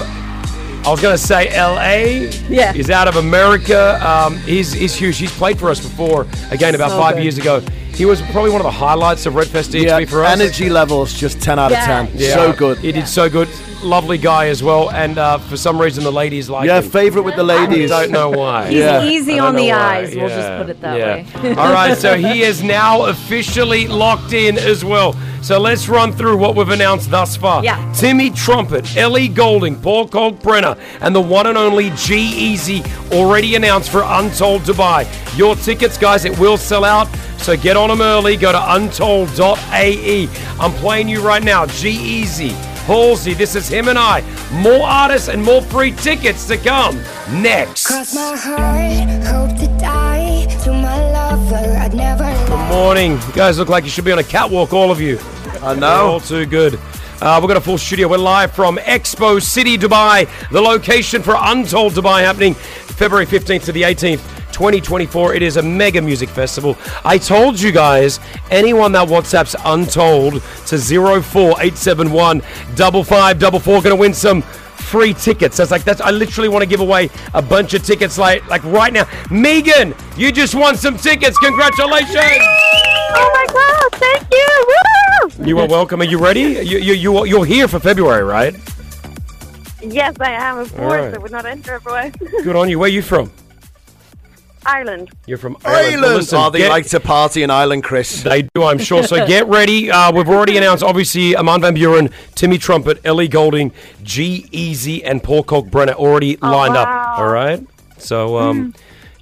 E: I was going to say LA.
A: Yeah.
E: He's out of America. Um, he's, he's huge. He's played for us before, again, about
F: So
E: five
F: good.
E: years ago. He was probably one of the highlights of Red Fest DXP
F: Yeah,
E: for us.
F: energy levels just 10 out of 10.
E: Yeah.
F: So good.
E: He did so good. Lovely guy as well. And uh, for some reason, the ladies like
F: Yeah,
E: him.
F: favorite with the ladies.
E: I don't know why.
F: He's Yeah.
G: easy
E: I don't
G: on the
E: know
G: eyes, we'll just put it that way.
E: All right,
G: <laughs>
E: so he is now officially locked in as well. So let's run through what we've announced thus far.
A: Yeah.
E: Timmy Trumpet, Ellie Golding, Paul Kalkbrenner, and the one and only G Easy already announced for Untold Dubai. Your tickets, guys, it will sell out. So get on them early. Go to untold.ae. E. I'm playing you right now. G Easy, Halsey, this is him and I. More artists and more free tickets to come next.
N: Cross my heart, hope to die to my lover. I'd never lie.
E: Morning. You guys look like you should be on a catwalk, all of you. I know. All too good. Uh, we've got a full studio. We're live from Expo City, Dubai, the location for Untold Dubai happening February 15th to the 18th. 2024, it is a mega music festival. I told you guys, anyone that WhatsApps untold to 04871 5544 gonna win some free tickets. That's like that's I literally want to give away a bunch of tickets like like right now. Megan, you just won some tickets. Congratulations!
K: Oh my God! Thank you. Woo!
E: You are welcome. Are you ready? You you you you're here for February, right?
K: Yes, I am. Of
E: All
K: course,
E: right.
K: I would not enter otherwise.
E: Good on you. Where are you from?
K: <laughs> Ireland.
E: You're from Ireland.
F: Ireland.
E: Well, listen,
F: oh, they
E: get-
F: like to party in Ireland, Chris.
E: They do, I'm sure. So
F: <laughs>
E: get ready. Uh, we've already announced, obviously, Amon Van Buren, Timmy Trumpet, Ellie Golding, G Easy, and Paul Kalkbrenner already
K: Oh,
E: lined
K: wow. Hmm.
E: up. All right. So um, do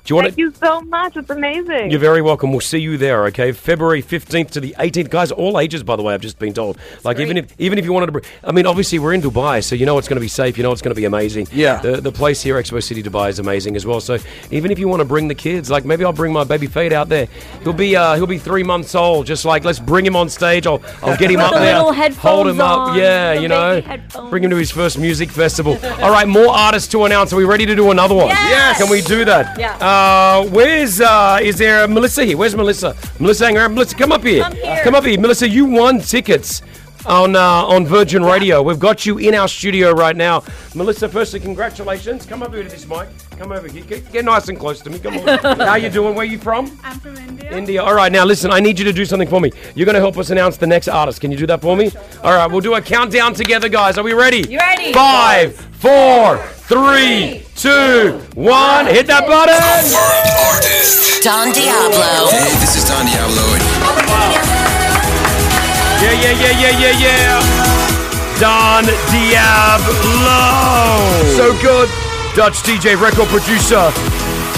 E: you want to?
K: Thank you so much. It's amazing.
E: You're very welcome. We'll see you there, okay? February 15th to the 18th. Guys, all ages, by the way, I've just been told. Like, even if even if you wanted to bring, I mean, obviously, we're in Dubai, so you know it's going to be safe. You know it's going to be amazing. Yeah. The, the place here, Expo City Dubai, is amazing as well. So, even if you want to bring the kids, like, maybe I'll bring my baby Fade out there. He'll be uh, he'll be three months old. Just like, let's bring him on stage. I'll, I'll get
A: <laughs>
E: him
A: With
E: up
A: the
E: there.
A: little
E: hold him
A: headphones
E: up.
A: on,
E: Yeah,
A: the
E: you know.
A: baby headphones.
E: Bring him to his first music festival. all right, more artists to announce. Are we ready to do another one?
A: Yes!
E: Can we do that?
A: Yeah.
E: Uh, where's uh, is there a Melissa here? Where's Melissa? Melissa, hang around. Melissa, come up here.
A: Come here.
E: Come up here, Melissa. You won tickets on uh, on Virgin Radio. We've got you in our studio right now, Melissa. Firstly, congratulations. Come up here to this mic. Come over here. Get, get nice and close to me. Come
A: <laughs>
E: on. How you doing? Where you from?
R: I'm from India.
E: India. All right, now listen, I need you to do something for me. You're going to help us announce the next artist. Can you do that for me? All right, we'll do a countdown together, guys. Are we ready?
A: You ready?
E: Five, four, three, two, one. Hit that button.
D: Don Diablo.
M: Hey, this is Don Diablo.
E: Yeah, yeah, yeah, yeah, yeah, yeah. Don Diablo. So good. Dutch DJ record producer.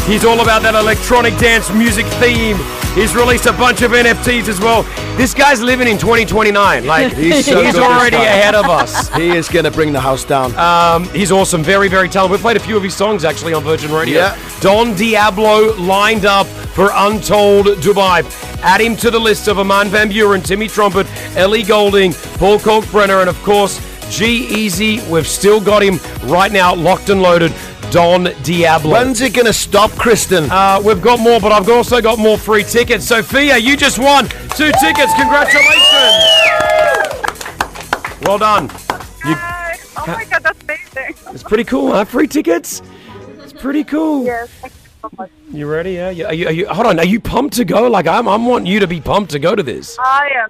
E: He's all about that electronic dance music theme. He's released a bunch of NFTs as well. This guy's living in 2029. Like <laughs> he's,
F: so good, this
E: already
F: guy.
E: ahead of us.
F: He is going to bring the house down.
E: Um, he's awesome, very, very talented. We played a few of his songs actually on Virgin Radio.
F: Yeah.
E: Don Diablo lined up for Untold Dubai. Add him to the list of Aman Van Buren, Timmy Trumpet, Ellie Golding, Paul Kalkbrenner, and of course, G Easy. We've still got him right now, locked and loaded. Don Diablo. When's
F: it going to stop, Kristen?
E: Uh, we've got more, but I've also got more free tickets. Sophia, you just won two tickets. Congratulations. Well done. You,
R: Oh my god, that's amazing. <laughs>
E: it's pretty cool, huh? Free tickets. It's pretty cool.
R: Yes. thank you so much.
E: You ready? Yeah. yeah. Are you, are you, hold on. Are you pumped to go? Like I'm. I'm wanting you to be pumped to go to this.
R: I am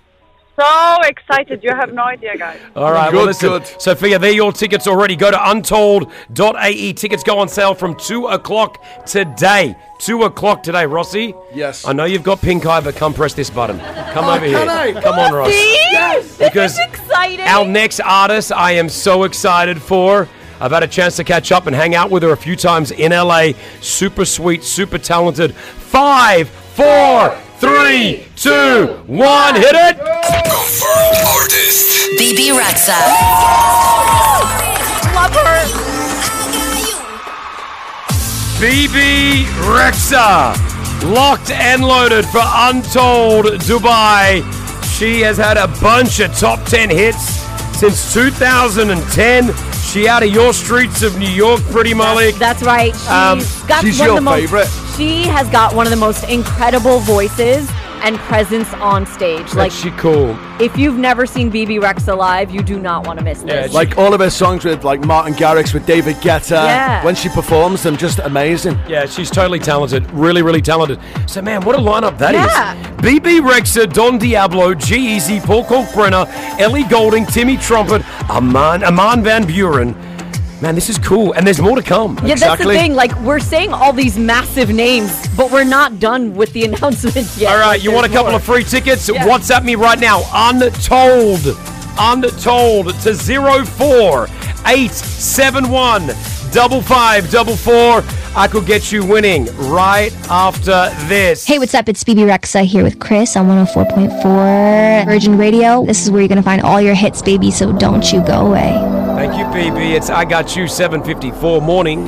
R: so excited. You have no idea, guys.
E: All right. well, listen, Sophia, they're your tickets already. Go to untold.ae. Tickets go on sale from two o'clock today. Two o'clock today, Rossi.
F: Yes.
E: I know you've got pink eye, but come press this button. Come
F: Oh,
E: over here.
F: can I?
E: Come on, Ross.
G: See? Yes.
E: Because
G: Excited.
E: Our next artist, I am so excited for. I've had a chance to catch up and hang out with her a few times in LA. Super sweet, super talented. Five, four, three, two, one. Hit it!
D: BB Rexa.
G: Love her.
E: BB Rexa, locked and loaded for Untold Dubai. She has had a bunch of top 10 hits since 2010. She out of your streets of New York, pretty Malik.
G: That's right. She's
E: Um,
G: got
E: she's
G: one
E: your
G: of the
E: favorite.
G: Most, she has got one of the most incredible voices and presence on stage.
F: like
G: Like,
F: she
E: cool.
G: if you've never seen BB Rex alive, you do not want to miss this.
F: like all of her songs with like Martin Garrix with David Guetta.
G: Yeah.
F: When she performs them, just amazing.
E: Yeah, she's totally talented. Really, really talented. So, man, what a lineup that is!
F: Yeah.
E: BB Rexa, Don Diablo, G Easy, Paul Kalkbrenner, Ellie Golding, Timmy Trumpet, Aman, Aman Van Buren. Man, this is cool. And there's more to come.
G: yeah, that's the thing. Like, we're saying all these massive names, but we're not done with the <laughs> announcements yet.
E: All right, you want a
G: There's
E: couple
G: more.
E: of free tickets?
G: Yeah.
E: WhatsApp me right now. Untold. Untold to 04871 5544. I could get you winning right after this.
S: Hey, what's up? It's BB Rexa here with Chris on 104.4 Virgin Radio. This is where you're going to find all your hits, baby, so don't you go away.
E: Thank you, BB. It's I Got You 754 morning.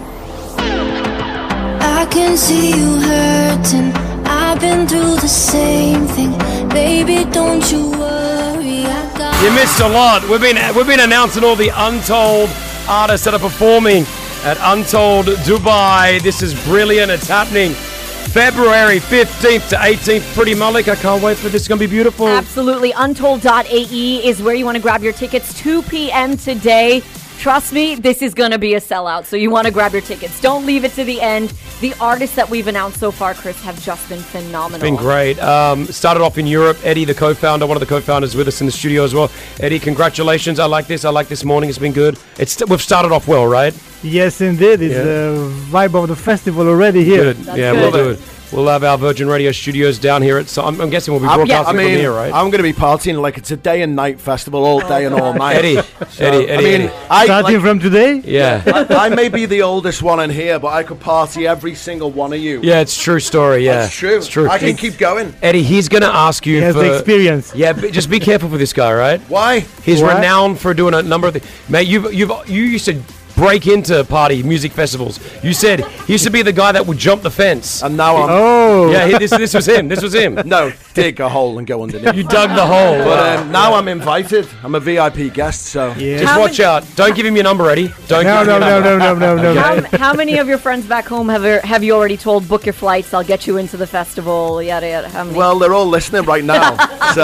T: I can see you hurting. I've been through the same thing. Baby, don't you worry. I got
E: You missed a lot. We've been we've been announcing all the untold artists that are performing at Untold Dubai. This is brilliant. It's happening February 15th to 18th. Pretty Malik. I can't wait for this. It's going to be beautiful.
G: Absolutely. Untold.ae E is where you want to grab your tickets. 2 p.m. today. Trust me, this is going to be a sellout. So you want to grab your tickets. Don't leave it to the end. The artists that we've announced so far, Chris, have just been phenomenal.
E: It's been great. Um, started off in Europe. Eddie, the co-founder, one of the co-founders, with us in the studio as well. Eddie, congratulations. I like this. I like this morning. It's been good. It's we've started off well, right?
O: Yes, indeed. It's
E: Yeah.
O: the vibe of the festival already here.
E: Good. yeah, we'll do it. We'll have our Virgin Radio studios down here. At, so I'm, I'm guessing we'll be
F: I'm,
E: broadcasting
F: Um, I mean,
E: from here, right?
F: I'm going to be partying like it's a day and night festival
G: Oh,
F: all day and all night.
E: Eddie, Eddie, Eddie,
F: I mean,
E: Eddie.
F: I,
O: Starting
F: like-
O: from today?
E: yeah.
F: I, I may be the oldest one in here, but I could party every single one of you.
E: Yeah, it's true story. Yeah,
F: That's true.
E: It's true.
F: I can keep going.
E: Eddie, he's going to ask you
O: He has
E: for
O: the experience.
E: Yeah, but just be careful with this guy, right?
F: Why?
E: He's
O: Why?
E: renowned for doing a number of things. Mate, you've you've you used to break into party music festivals. You said he used to be the guy that would jump the fence, and
F: now I'm.
O: Oh,
E: yeah. He, this this was him. This was him.
F: <laughs> No, dig a hole and go underneath.
E: You dug the hole.
F: But um, now I'm invited. I'm a VIP guest, so
E: Just watch out. Don't give him your number, Eddie. Don't
F: No,
E: give him
F: no,
E: your
F: no,
E: number.
F: no, no, no, no.
E: Okay?
G: Um, <laughs> How many of your friends back home have, have you already told, book your flights, I'll get you into the festival, yada, yada? How many?
F: Well, they're all listening right now. so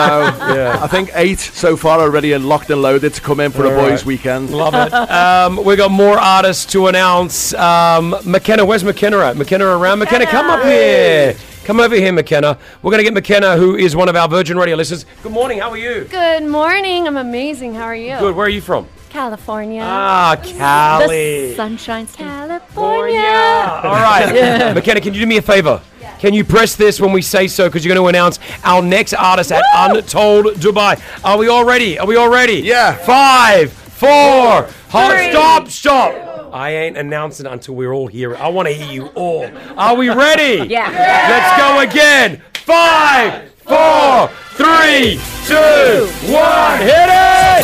E: Yeah.
F: I think eight so far already are locked and loaded to come in for a
E: All
F: boys'
E: right.
F: weekend.
E: Love it. Um, we got more more artists to announce. Um, McKenna, where's McKenna at? McKenna around? McKenna, come up here. Come over here, McKenna. We're going to get McKenna, who is one of our Virgin Radio listeners. Good morning. How are you?
U: Good morning. I'm amazing. How are you?
E: Good. Where are you from?
U: California.
E: Ah, Cali.
U: The sunshine California.
E: California. All
A: <laughs>
E: <laughs> right. McKenna, can you do me a favor? Can you press this when we say so? Because you're going to announce our next artist at Untold Dubai. Are we all ready? Are we all ready? Yeah. Five, four, hold,
A: Three.
E: stop, stop. I ain't announcing until we're all here. I want to hear you all. Are we ready?
A: Yeah.
E: Let's go again. Five, four, three, two, one. Hit it!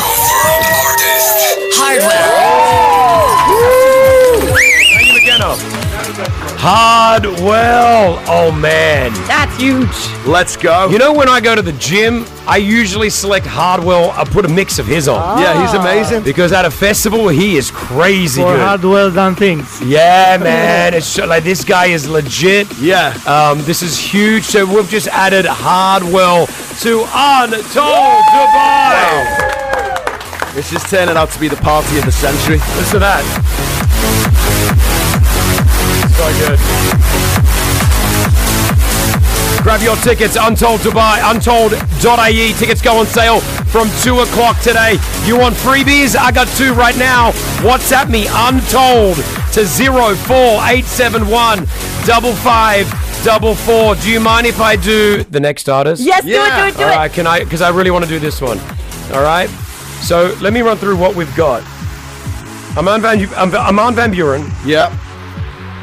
E: Hardwell. Thank you, McKenna. Hardwell. Oh man. That's huge. Let's go. You know when I go to the gym, I usually select Hardwell. I put a mix of his on.
F: Yeah, he's amazing.
E: Because at a festival, he is crazy
O: for
E: good.
O: hard well done things.
E: Yeah, man. It's so, like this guy is legit. Yeah. Um, this is huge. So we've just added Hardwell to Untold Dubai.
F: This is turning out to be the party of the century.
E: Listen to that. So good. Grab your tickets, Untold Dubai, untold.ie. Tickets go on sale from 2 o'clock today. You want freebies? I got two right now. WhatsApp me, Untold, to 04871 5544. Do you mind if I do the next artist?
A: Yes, do it, Yeah. do it, do
E: All
A: it.
E: right, can I? Because I really want to do this one. All right? So let me run through what we've got. Amon Van, Bu- Am- Amon Van Buren. Yep.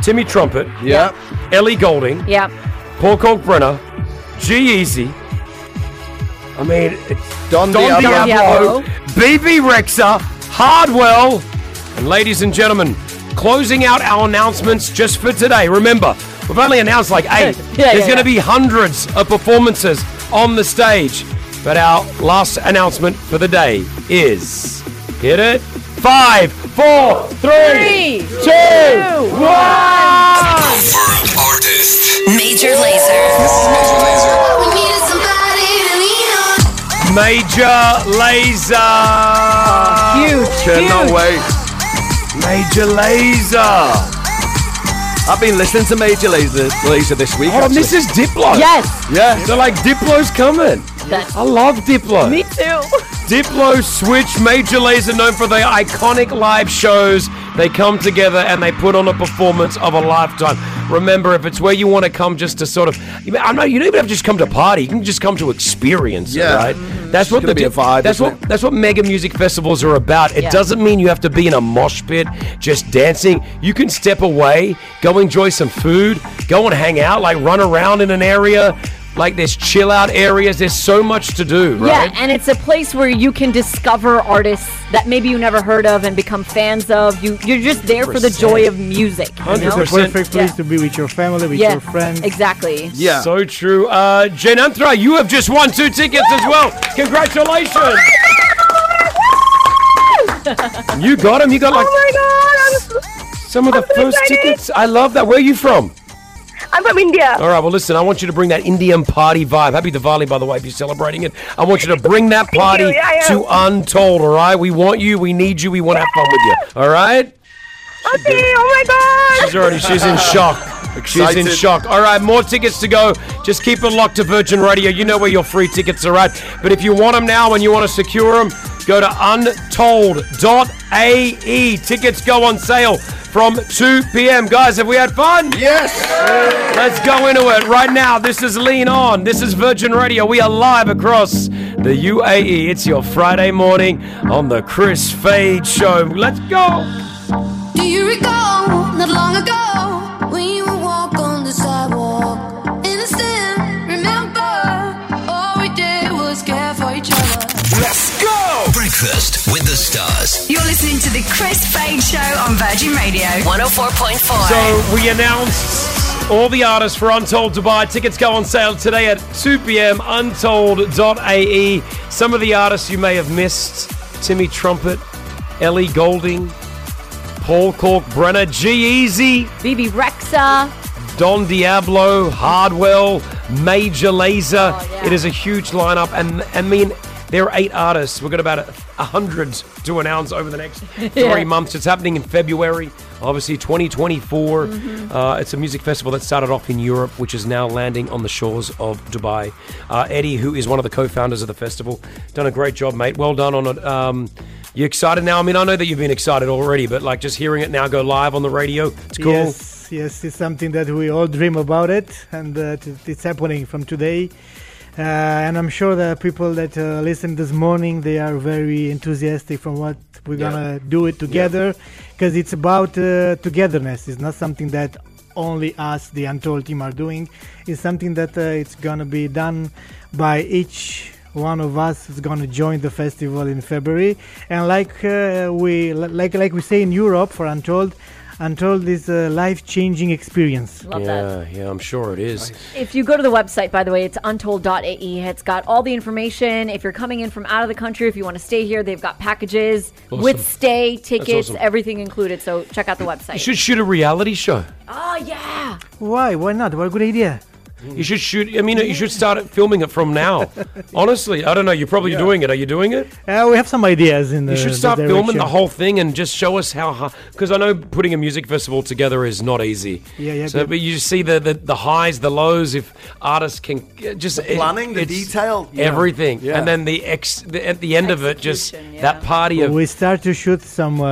E: Timmy Trumpet. Yep. Ellie Golding.
G: Yep.
E: Paul Kalkbrenner, G Easy. I mean, it's Don,
A: Diablo. Diablo.
E: BB Rexa, Hardwell, and ladies and gentlemen, closing out our announcements just for today. Remember, we've only announced
A: <laughs>
E: like eight.
A: Yeah,
E: There's
A: yeah,
E: going
A: yeah.
E: to be hundreds of performances on the stage, but our last announcement for the day is hit it five, four, three, two, one.
D: Major Laser. This is Major Laser.
T: Oh,
D: We needed somebody to lean on.
E: Major Laser. huge.
F: Cannot wait.
E: Major Laser.
F: I've been listening to Major Laser, Laser this week.
E: Oh, this is Diplo.
F: Yes.
E: Yeah. So like Diplo's coming. I love Diplo.
A: Me too.
E: Diplo Switch, Major Lazer, known for their iconic live shows. They come together and they put on a performance of a lifetime. Remember, if it's where you want to come just to sort of, I'm not, you don't even have to just come to party. You can just come to experience it,
F: Yeah. Mm-hmm.
E: right? That's what the
F: gonna be a vibe,
E: That's
F: isn't
E: what that's what mega music festivals are about. It
F: Yeah.
E: doesn't mean you have to be in a mosh pit just dancing. You can step away, go enjoy some food, go and hang out, like run around in an area. Like there's chill out areas. There's so much to do, right?
G: Yeah, and it's a place where you can discover artists that maybe you never heard of and become fans of. You you're just there for the joy of music. you know?
O: It's a perfect place
G: Yeah.
O: to be with your family, with
G: Yeah,
O: your friends.
G: Exactly.
E: So true. Uh, Jen Anthra, you have just won two tickets as well. Congratulations. you <laughs> got them. You got like
A: Oh my god!
E: some of the first tickets. I love that. Where are you from?
A: I'm, I'm from India.
E: All right. Well, listen, I want you to bring that Indian party vibe. Happy Diwali, by the way, if you're celebrating it. I want you to bring that party
A: you. Yeah, I am.
E: to Untold, all right? We want you. We need you. We want to have fun with you, all right?
A: Okay. Oh my god!
E: She's already, she's in shock. She's in
A: Excited.
E: shock. All right, more tickets to go. Just keep it locked to Virgin Radio. You know where your free tickets are at. But if you want them now and you want to secure them, go to untold.ae. E. Tickets go on sale from 2 p.m. Guys, have we had fun? Yes. Let's go into it right now. This is Lean On. This is Virgin Radio. We are live across the UAE. It's your Friday morning on the Chris Fade Show. Let's go.
T: Do you recall not long ago when you would walk on the sidewalk? Innocent, remember all we did was care for each other.
B: Let's go! Breakfast with the stars.
J: You're listening to the Chris Fade Show on Virgin Radio 104.4.
E: So we announced all the artists for Untold Dubai. Tickets go on sale today at 2 p.m. Untold.ae. E. Some of the artists you may have missed: Timmy Trumpet, Ellie Golding, Paul Cork, Brenner, G Easy,
G: BB Rexa.
E: Don Diablo, Hardwell, Major Laser. It is a huge lineup, and I mean, There are eight artists. We've got about a a hundred to announce over the next three
C: Yeah.
E: months. It's happening in February, obviously 2024.
C: Mhm.
E: Uh, it's a music festival that started off in Europe, which is now landing on the shores of Dubai. Uh, Eddie, who is one of the co-founders of the festival, done a great job, mate. Well done on it. Um, you excited now? I mean, I know that you've been excited already, but like just hearing it now go live on the radio, it's cool.
O: Yes, yes, it's something that we all dream about it, and uh, t- it's happening from today. Uh, and I'm sure the people that uh, listen this morning they are very enthusiastic from what we're
V: Yeah.
O: gonna do it together, because it's about uh, togetherness. It's not something that only us, the Untold team, are doing. It's something that uh, it's gonna be done by each one of us is going to join the festival in February. And like uh, we like like we say in Europe for Untold, Untold is a life-changing experience.
G: Love
E: yeah, yeah, I'm sure it is.
G: If you go to the website, by the way, it's untold.ae. E. It's got all the information. If you're coming in from out of the country, if you want to stay here, they've got packages
E: Awesome.
G: with stay, tickets,
E: awesome.
G: everything included. So check out the
E: You
G: website.
E: should shoot a reality show.
G: oh, yeah.
O: Why? Why not? What a good idea.
F: Mm.
E: You should shoot. I mean, you should start filming it from
F: <laughs>
E: now. Honestly, I don't know. You're probably doing it. Are you doing it?
O: Uh, we have some ideas in the.
E: You should start
O: the
E: filming the
O: direction.
E: whole thing and just show us how. Because I know putting a music festival together is not easy.
O: Yeah, yeah,
E: So,
O: good.
E: but you see the, the the highs, the lows. If artists can uh, just
F: The planning, the
E: it's
F: detail, yeah.
E: everything,
F: Yeah.
E: and then the ex the, at the end of it, just that party of
O: We start to shoot some uh,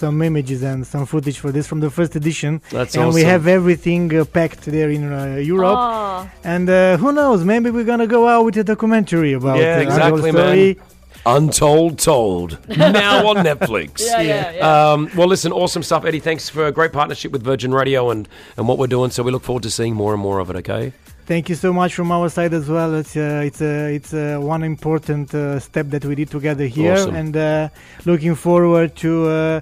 O: some images and some footage for this from the first edition.
E: That's
O: and we
E: awesome.
O: have everything uh, packed there in uh, Europe.
G: Aw.
O: And uh, who knows? Maybe we're gonna go out with a documentary about
E: yeah,
O: uh, Untold
E: exactly,
O: story.
E: man. Untold Told now
F: <laughs>
E: on Netflix.
O: Yeah, yeah,
E: Um, well, listen, awesome stuff, Eddie. Thanks for a great partnership with Virgin Radio and and what we're doing. So we look forward to seeing more and more of it. Okay.
O: Thank you so much from our side as well. It's uh, it's uh, it's uh, one important uh, step that we did together here,
E: Awesome.
O: and uh, looking forward to uh,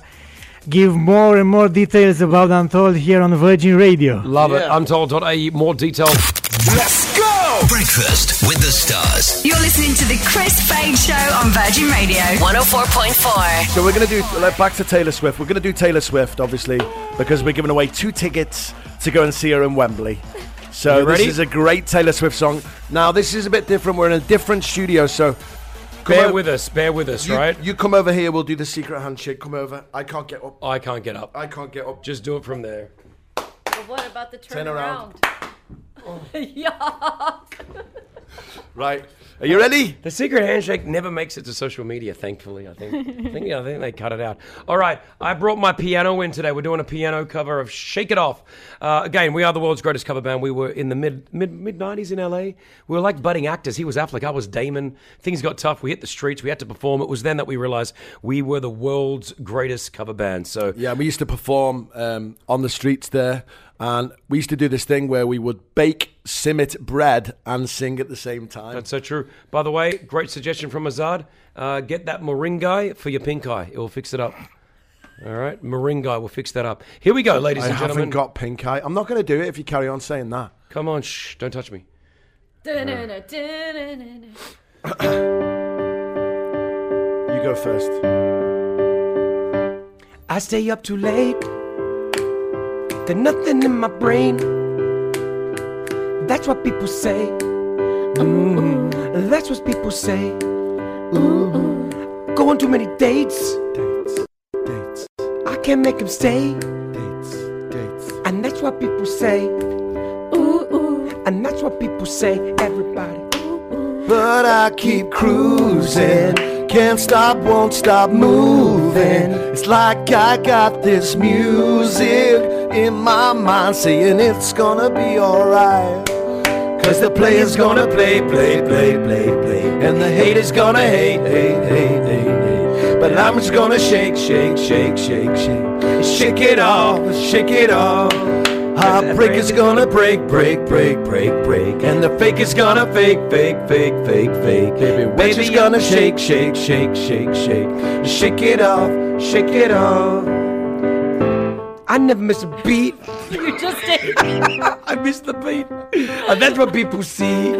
O: give more and more details about Untold here on Virgin Radio.
E: Love it. Untold.ae. More detail.
J: Let's go!
B: Breakfast with the stars.
J: You're listening to the Chris Fade Show on Virgin Radio 104.4.
F: So we're going to do, like, back to Taylor Swift. We're going to do Taylor Swift, obviously, because we're giving away two tickets to go and see her in Wembley. So
E: You
F: this
E: ready?
F: is a great Taylor Swift song. Now, this is a bit different. We're in a different studio, so... come
E: Bear
F: o-
E: with us. Bear with us.
F: you,
E: right.
F: You come over here, we'll do the secret handshake. Come over. I can't get up.
E: I can't get up.
F: I can't get up.
E: Just do it from there.
G: what about the
F: Turn around.
G: <laughs> Yuck.
F: Right. Are you ready?
E: The secret handshake never makes it to social media, thankfully. I
F: <laughs>
E: think. I think, yeah, I think they cut it out. All right, I brought my piano in today. We're doing a piano cover of "Shake It Off." Uh, again, we are the world's greatest cover band. We were in the mid mid mid '90s in LA. We were like budding actors. He was Affleck, I was Damon. Things got tough. We hit the streets. We had to perform. It was then that we realized we were the world's greatest cover band. So
F: Yeah, we used to perform um, on the streets there, and we used to do this thing where we would bake simmet bread and sing at the same time.
E: That's so true. By the way, great suggestion from Azad. Uh, get that moringai for your pink eye. It will fix it up. All right, moringai will fix that up. Here we go, ladies
F: I
E: and gentlemen.
F: haven't got pink eye. I'm not going to do it if you carry on saying that.
E: Come on, shh, don't touch me.
F: You go first.
E: I stay up too late. There's nothing in my brain. That's what people say. Mm, That's what people say. Ooh. Go on too many dates. Dates. Dates. I can't make them stay. Dates. Dates. And that's what people say. Ooh, ooh. And that's what people say, everybody.
F: But I keep cruising. Can't stop, won't stop moving. It's like I got this music in my mind saying it's gonna be alright. Cause the player's gonna play, play, play, play, play. And the hater's gonna hate, hate, hate, hate, hate. But I'm just gonna shake, shake, shake, shake, shake. Shake it off, shake it off. Heartbreaker's gonna break, break, break, break, break. And the fake is gonna fake, fake, fake, fake, fake. Baby, witch is gonna shake, shake, shake, shake, shake. Shake it off, shake it off.
E: I never miss a beat. <laughs>
G: you just did.
E: I missed the beat. And that's what people see.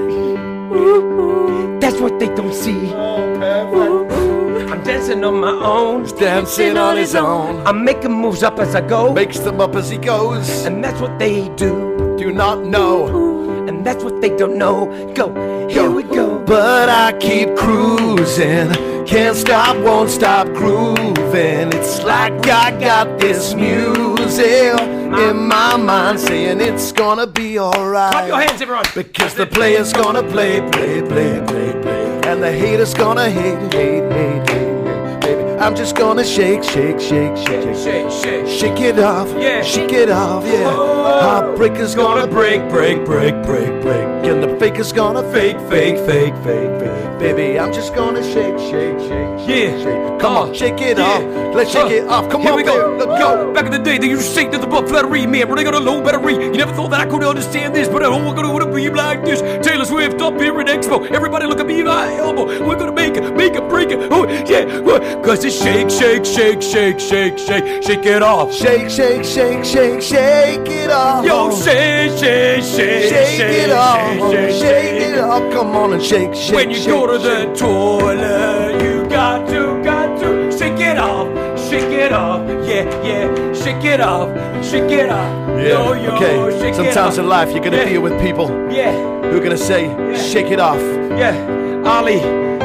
E: Ooh, that's what they don't see. Ooh, I'm dancing on my own. He's
F: dancing on his own.
E: I'm making moves up as I go.
F: Makes them up as he goes.
E: And that's what they do.
F: Do not know.
E: And that's what they don't know. Go, here we go.
F: but I keep cruising. Can't stop, won't stop grooving. It's like I got this music in my mind saying it's gonna be alright.
E: Clap your hands, everyone.
F: Because the player's gonna play, play, play, play, play. And the hater's gonna hate, hate, hate, hate, hate, baby. I'm just gonna shake, shake, shake, shake, shake, shake, shake it off, yeah, shake it off, yeah. Heartbreaker's gonna break, break, break, break, break, and the faker's gonna fake, fake, fake, fake, fake, baby. I'm just gonna shake, shake, shake, shake, shake. Come on, shake it off, let's shake it off. Come
E: Here
F: on,
E: we go.
F: baby. let's
E: Woo!
F: go.
E: Back in the day, they used to say that the butt flattery, man, running on a low battery. You never thought that I could understand this, but I don't want to wanna be like this. Taylor Swift up here at Expo. Everybody look at me, my elbow. We're gonna make it, make it, break it. Oh, yeah, oh, cause it's shake, shake, shake, shake, shake, shake, shake it off.
F: Shake, shake, shake, shake, shake it off.
E: Yo, shake, shake, shake,
F: Shake it off,
E: shake,
F: shake it off. Come on and shake, shake.
E: When you
F: shake,
E: go to the toilet, you got to, got to shake it off, shake it off, yeah, yeah, shake it off, shake it off.
F: Yeah.
E: Yo, yo,
F: okay.
E: shake it off.
F: Sometimes in life you're gonna
E: yeah.
F: deal with people
E: Yeah,
F: who are gonna say, "Shake it off."
E: yeah. Ali,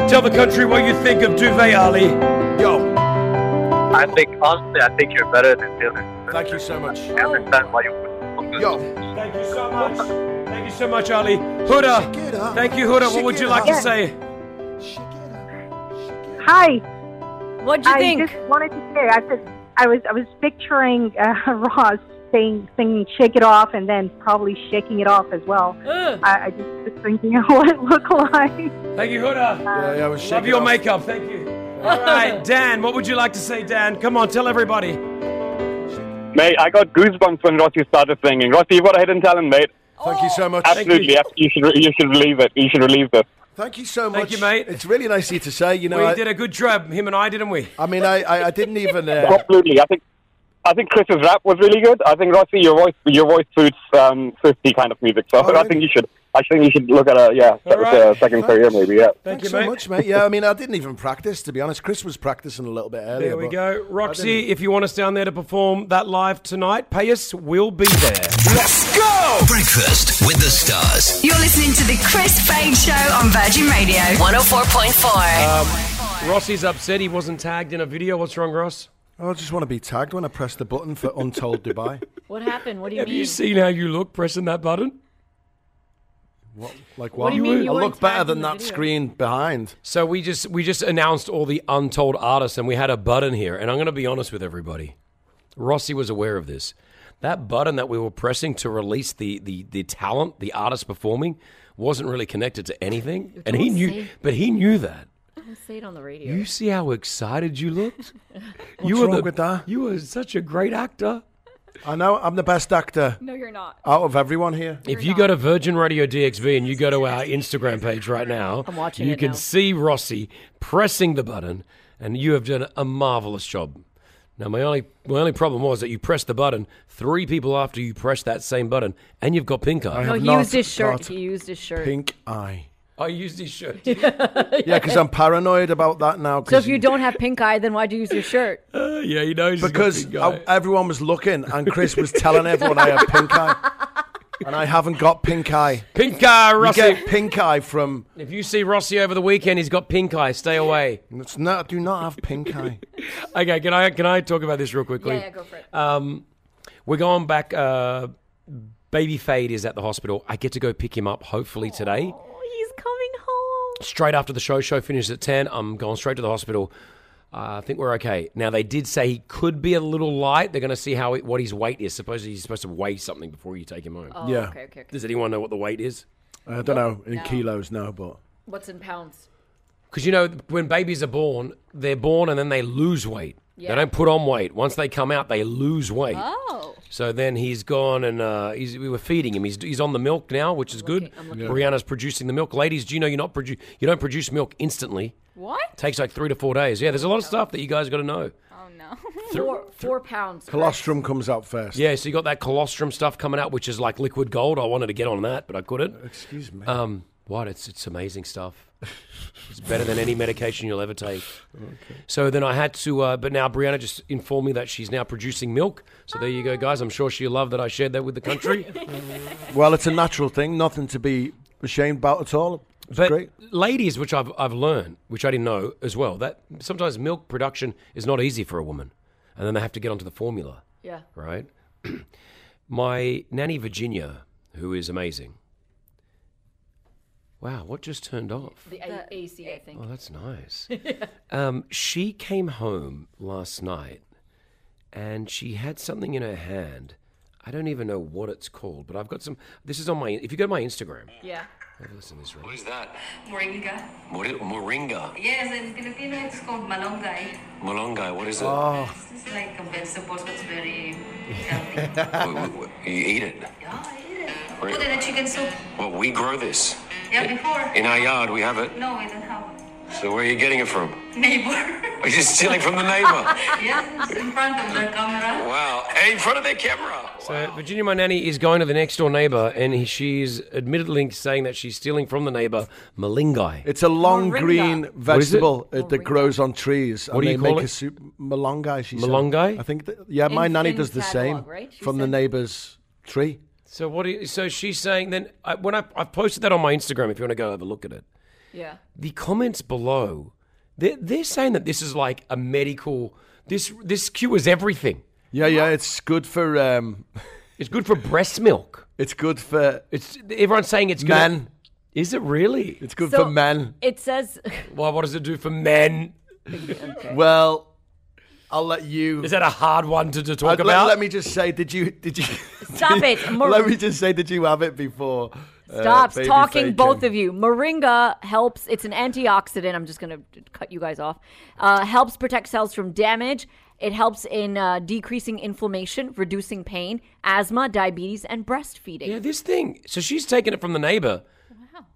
E: tell the country what you think of Duvet Ali. Yo.
C: I think, honestly, I think you're better than Dylan.
F: Thank you so much.
C: I understand why you
F: Yo.
E: Thank you so much. Thank you so much, Ali. Huda. Thank you, Huda. What would you like to say?
V: Hi.
G: What'd you
V: I
G: think?
V: just wanted to say I just I was I was picturing uh, <laughs> Ross saying singing "Shake It Off" and then probably shaking it off as well. I, I just was thinking <laughs> of what it looked like.
E: Thank you, Huda. Yeah,
F: yeah, I was
E: Love your makeup. Thank you. All right, Dan, what would you like to say, Dan? Come on, tell everybody.
C: Mate, I got goosebumps when Rossi started singing. Rossi, you got a hidden talent, mate.
F: Thank you so much.
C: Absolutely,
F: Thank you.
C: you. should re- you should relieve it. You should relieve this.
F: Thank you so much. Thank you, mate. It's really nice of you to say. You know,
E: we
F: I,
E: did a good job, him and I, didn't we?
F: I mean, I, I, I didn't even. Uh,
C: Absolutely, I think I think Chris's rap was really good. I think Rossi, your voice your voice suits um, swifty kind of music.
F: Oh,
C: So I think you should I think you should look at a yeah se- se- second career maybe. Yeah.
F: Thank you so much, mate. Yeah, I mean, I didn't even practice, to be honest. Chris was practicing a little bit earlier.
E: There we
F: but
E: go. Roxy, if you want us down there to perform that live tonight, pay us. We'll be there.
B: Let's go! Breakfast with the stars.
J: You're listening to the Chris Fade Show on Virgin Radio 104.4.
E: Um, Rossi's upset he wasn't tagged in a video. What's wrong, Ross?
F: Oh, I just want to be tagged when I press the button for Untold Dubai.
G: What happened? What do you
E: Have
G: mean?
E: you seen how you look pressing that button?
F: What, like
E: What do you mean you
F: I
E: weren't
F: look better
E: tagged in
F: than
E: the
F: that
E: video?
F: screen behind.
E: So we just we just announced all the untold artists, and we had a button here. And I'm going to be honest with everybody. Rossi was aware of this. That button that we were pressing to release the the the talent, the artist performing, wasn't really connected to anything, and he
G: don't
E: knew.
G: say.
E: But he knew that.
G: Don't say it on the radio.
E: You see how excited you looked. you
F: What's
E: were
F: wrong
E: the,
F: with that?
E: You were such a great actor.
F: I know I'm the best actor
H: No, you're not.
F: out of everyone here.
E: If you go to Virgin Radio DXV and you go to our Instagram page right now,
F: I'm watching
E: you
F: it
E: can
F: now.
E: see Rossi pressing the button, and you have done a marvelous job. Now, my only my only problem was that you pressed the button three people after you pressed that same button, and you've got pink eye.
G: no, he used his shirt. He used his shirt. <laughs>
F: Pink eye.
E: I used his shirt.
F: Yeah, because I'm paranoid about that now.
G: So
F: 'cause
G: if you don't have pink eye, then why'd you use your shirt?
E: yeah, he knows.
F: Because I, everyone was looking, and Chris was telling everyone I had pink eye, <laughs> and I haven't got pink eye.
E: Pink eye, Rossi.
F: You get pink eye from.
E: If you see Rossi over the weekend, he's got pink eye. Stay away.
F: It's not, I do not have pink eye.
E: <laughs> okay, can I can I talk about this real quickly?
F: Yeah, yeah, go for it.
E: Um, we're going back. Uh, baby Fade is at the hospital. I get to go pick him up hopefully today.
G: He's coming home.
E: Straight after the show, show finishes at ten. I'm going straight to the hospital. Uh, I think we're okay. Now they did say he could be a little light. They're going to see how it, what his weight is. Supposedly he's supposed to weigh something before you take him home.
G: Oh, Yeah. okay, okay, okay.
E: Does anyone know what the weight is?
F: I don't know in kilos now, but
G: What's in pounds?
E: Because you know, when babies are born, they're born and then they lose weight.
G: Yeah.
E: They don't put on weight. Once they come out, they lose weight.
G: Oh.
E: So then he's gone and uh, he's, we were feeding him. He's, he's on the milk now, which is good.
G: looking.
E: Brianna's producing the milk. Ladies, do you know you're not produ- you don't produce milk instantly?
G: What?
E: takes like three to four days. Yeah, there's a lot of stuff that you guys got to know.
G: Oh no. Four four pounds.
F: colostrum comes out first.
E: Yeah, so you got that colostrum stuff coming out, which is like liquid gold. I wanted to get on that, but I couldn't.
F: Oh, Excuse me.
E: Um, what? It's it's amazing stuff. it's better than any medication you'll ever take.
F: Okay.
E: So then I had to, uh, but now Brianna just informed me that she's now producing milk. So there you go, guys. I'm sure she'll love that I shared that with the country.
F: Well, it's a natural thing, nothing to be ashamed about at all.
E: But ladies, which I've, I've learned, which I didn't know as well, that sometimes milk production is not easy for a woman. And then they have to get onto the formula.
A: Yeah.
E: Right? <clears throat> My nanny Virginia, who is amazing. Wow, what just turned off?
G: The A- AC, I think.
E: Oh, that's nice. Um, she came home last night and she had something in her hand. I don't even know what it's called, but I've got some. This is on my. If you go to my Instagram,
I: <laughs> Yeah.
E: have a listen to this.
I: What is that? Moringa.
E: Mor- moringa.
I: Yes, in Filipino it's called malonggay.
E: Malongai, what is it?
I: This is like a vegetable that's very.
E: you eat it.
I: Put in a chicken soup.
M: Well, we grow this.
I: Yeah, before.
M: In our yard, we have it.
I: No, we don't have
M: So where are you getting it from? <laughs>
I: it. neighbor.
M: We're just stealing from the neighbor.
I: <laughs> yes, in front of the camera.
M: wow. And in front of their camera.
E: So Virginia, my nanny, is going to the next door neighbor, and he- she's admittedly saying that she's stealing from the neighbor malingai.
F: It's a long
E: Moringa.
F: green
E: What is it?
F: vegetable uh, that grows on trees.
E: What
F: and
E: do
F: they
E: you call
F: make
E: it?
F: a soup. Malongai, she said.
E: Malongai?
F: I think, that, yeah, my
E: In-
F: nanny
E: in
F: does the
E: catalog,
F: same
E: right? She
F: from the
E: said-
F: neighbour's tree.
E: So what? Do you, so she's saying then I, when I, I've posted that on my Instagram, if you want to go have a look at it,
I: Yeah.
E: the comments below, they're, they're saying that this is like a medical. This this cures everything.
F: Yeah, yeah, it's good for. Um,
E: <laughs> it's good for breast milk.
F: It's good for.
E: It's everyone's saying it's good.
F: Men.
E: Is it really?
F: It's good
G: So-
F: for men.
G: It says <laughs>
E: Well, what does it do for men?
F: Well, I'll let you.
E: Is that a hard one to, to talk
F: Uh, let-
E: about?
F: Let, me just say, did you? Did you?
G: Stop it, Mor-
F: <laughs> let me just say, did you have it before? uh,
G: Stop
F: baby
G: talking,
F: Faye
G: both
F: came?
G: of you. Moringa helps, it's an antioxidant. I'm just going to cut you guys off. Uh, helps protect cells from damage. It helps in uh, decreasing inflammation, reducing pain, asthma, diabetes, and breastfeeding.
E: Yeah, this thing. So she's taken it from the neighbor.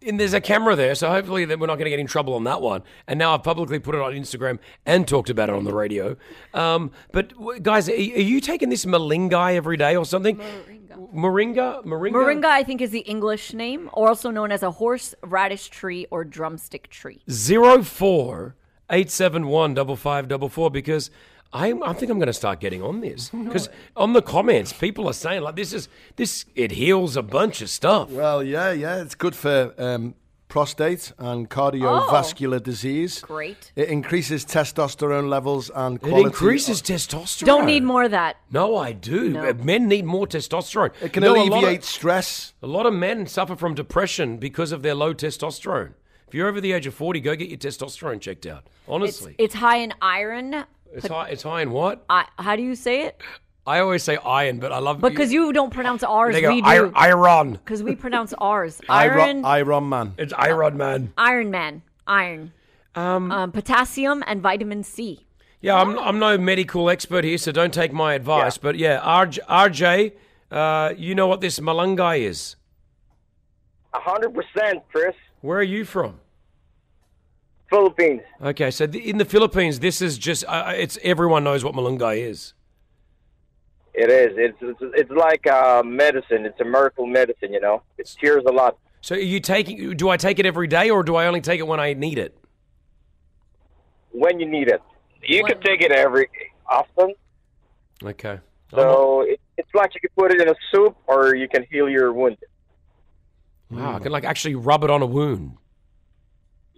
E: And there's a camera there, so hopefully that we're not going to get in trouble on that one. And now I've publicly put it on Instagram and talked about it on the radio. Um, but w- guys, are, are you taking this malingai every day or something? Moringa, moringa, moringa.
G: Moringa, I think, is the English name, or also known as a horseradish tree or drumstick tree.
E: Zero four eight seven one double five double four. Because I, I think I'm going to start getting on this because on the comments people are saying like this is this it heals a bunch of stuff.
F: Well, yeah, yeah, it's good for um, prostate and cardiovascular disease.
G: Oh. Great.
F: It increases testosterone levels and
E: It
F: quality.
E: increases testosterone.
G: Don't need more of that.
E: No, I do.
G: No.
E: Men need more testosterone.
F: It can
E: You know, a lot
F: alleviate
E: of-
F: stress.
E: A lot of men suffer from depression because of their low testosterone. If you're over the age of 40, go get your testosterone checked out. Honestly.
G: It's high in iron.
E: It's, high, it's high in what?
G: I, how do you say it?
E: I always say iron, but I love
G: Because you don't pronounce R's,
E: They go,
G: we
E: "Ir-
G: do.
E: iron. <laughs>
G: Because we pronounce R's.
F: Iron,
G: Iron,
F: Iron Man.
E: It's Iron Man.
G: Iron Man, iron,
E: um,
G: potassium, and vitamin C.
E: Yeah, I'm, I'm no medical expert here, so don't take my advice. But yeah, RJ, RJ uh, you know what this malungai is.
L: hundred percent, Chris.
E: Where are you from?
L: Philippines.
E: Okay, so th- in the Philippines, this is just, uh, it's everyone knows what malungai is.
L: It is. It's it's, it's like uh, medicine. It's a miracle medicine. You know, it cures a lot.
E: So are you taking? Do I take it every day, or do I only take it when I need it?
L: when you need it. You can take it every often.
E: Okay.
L: So
F: Uh-huh.
L: it, it's like you can put it in a soup or you can heal your wound.
E: Wow,
L: Hmm.
E: I can like actually rub it on a wound.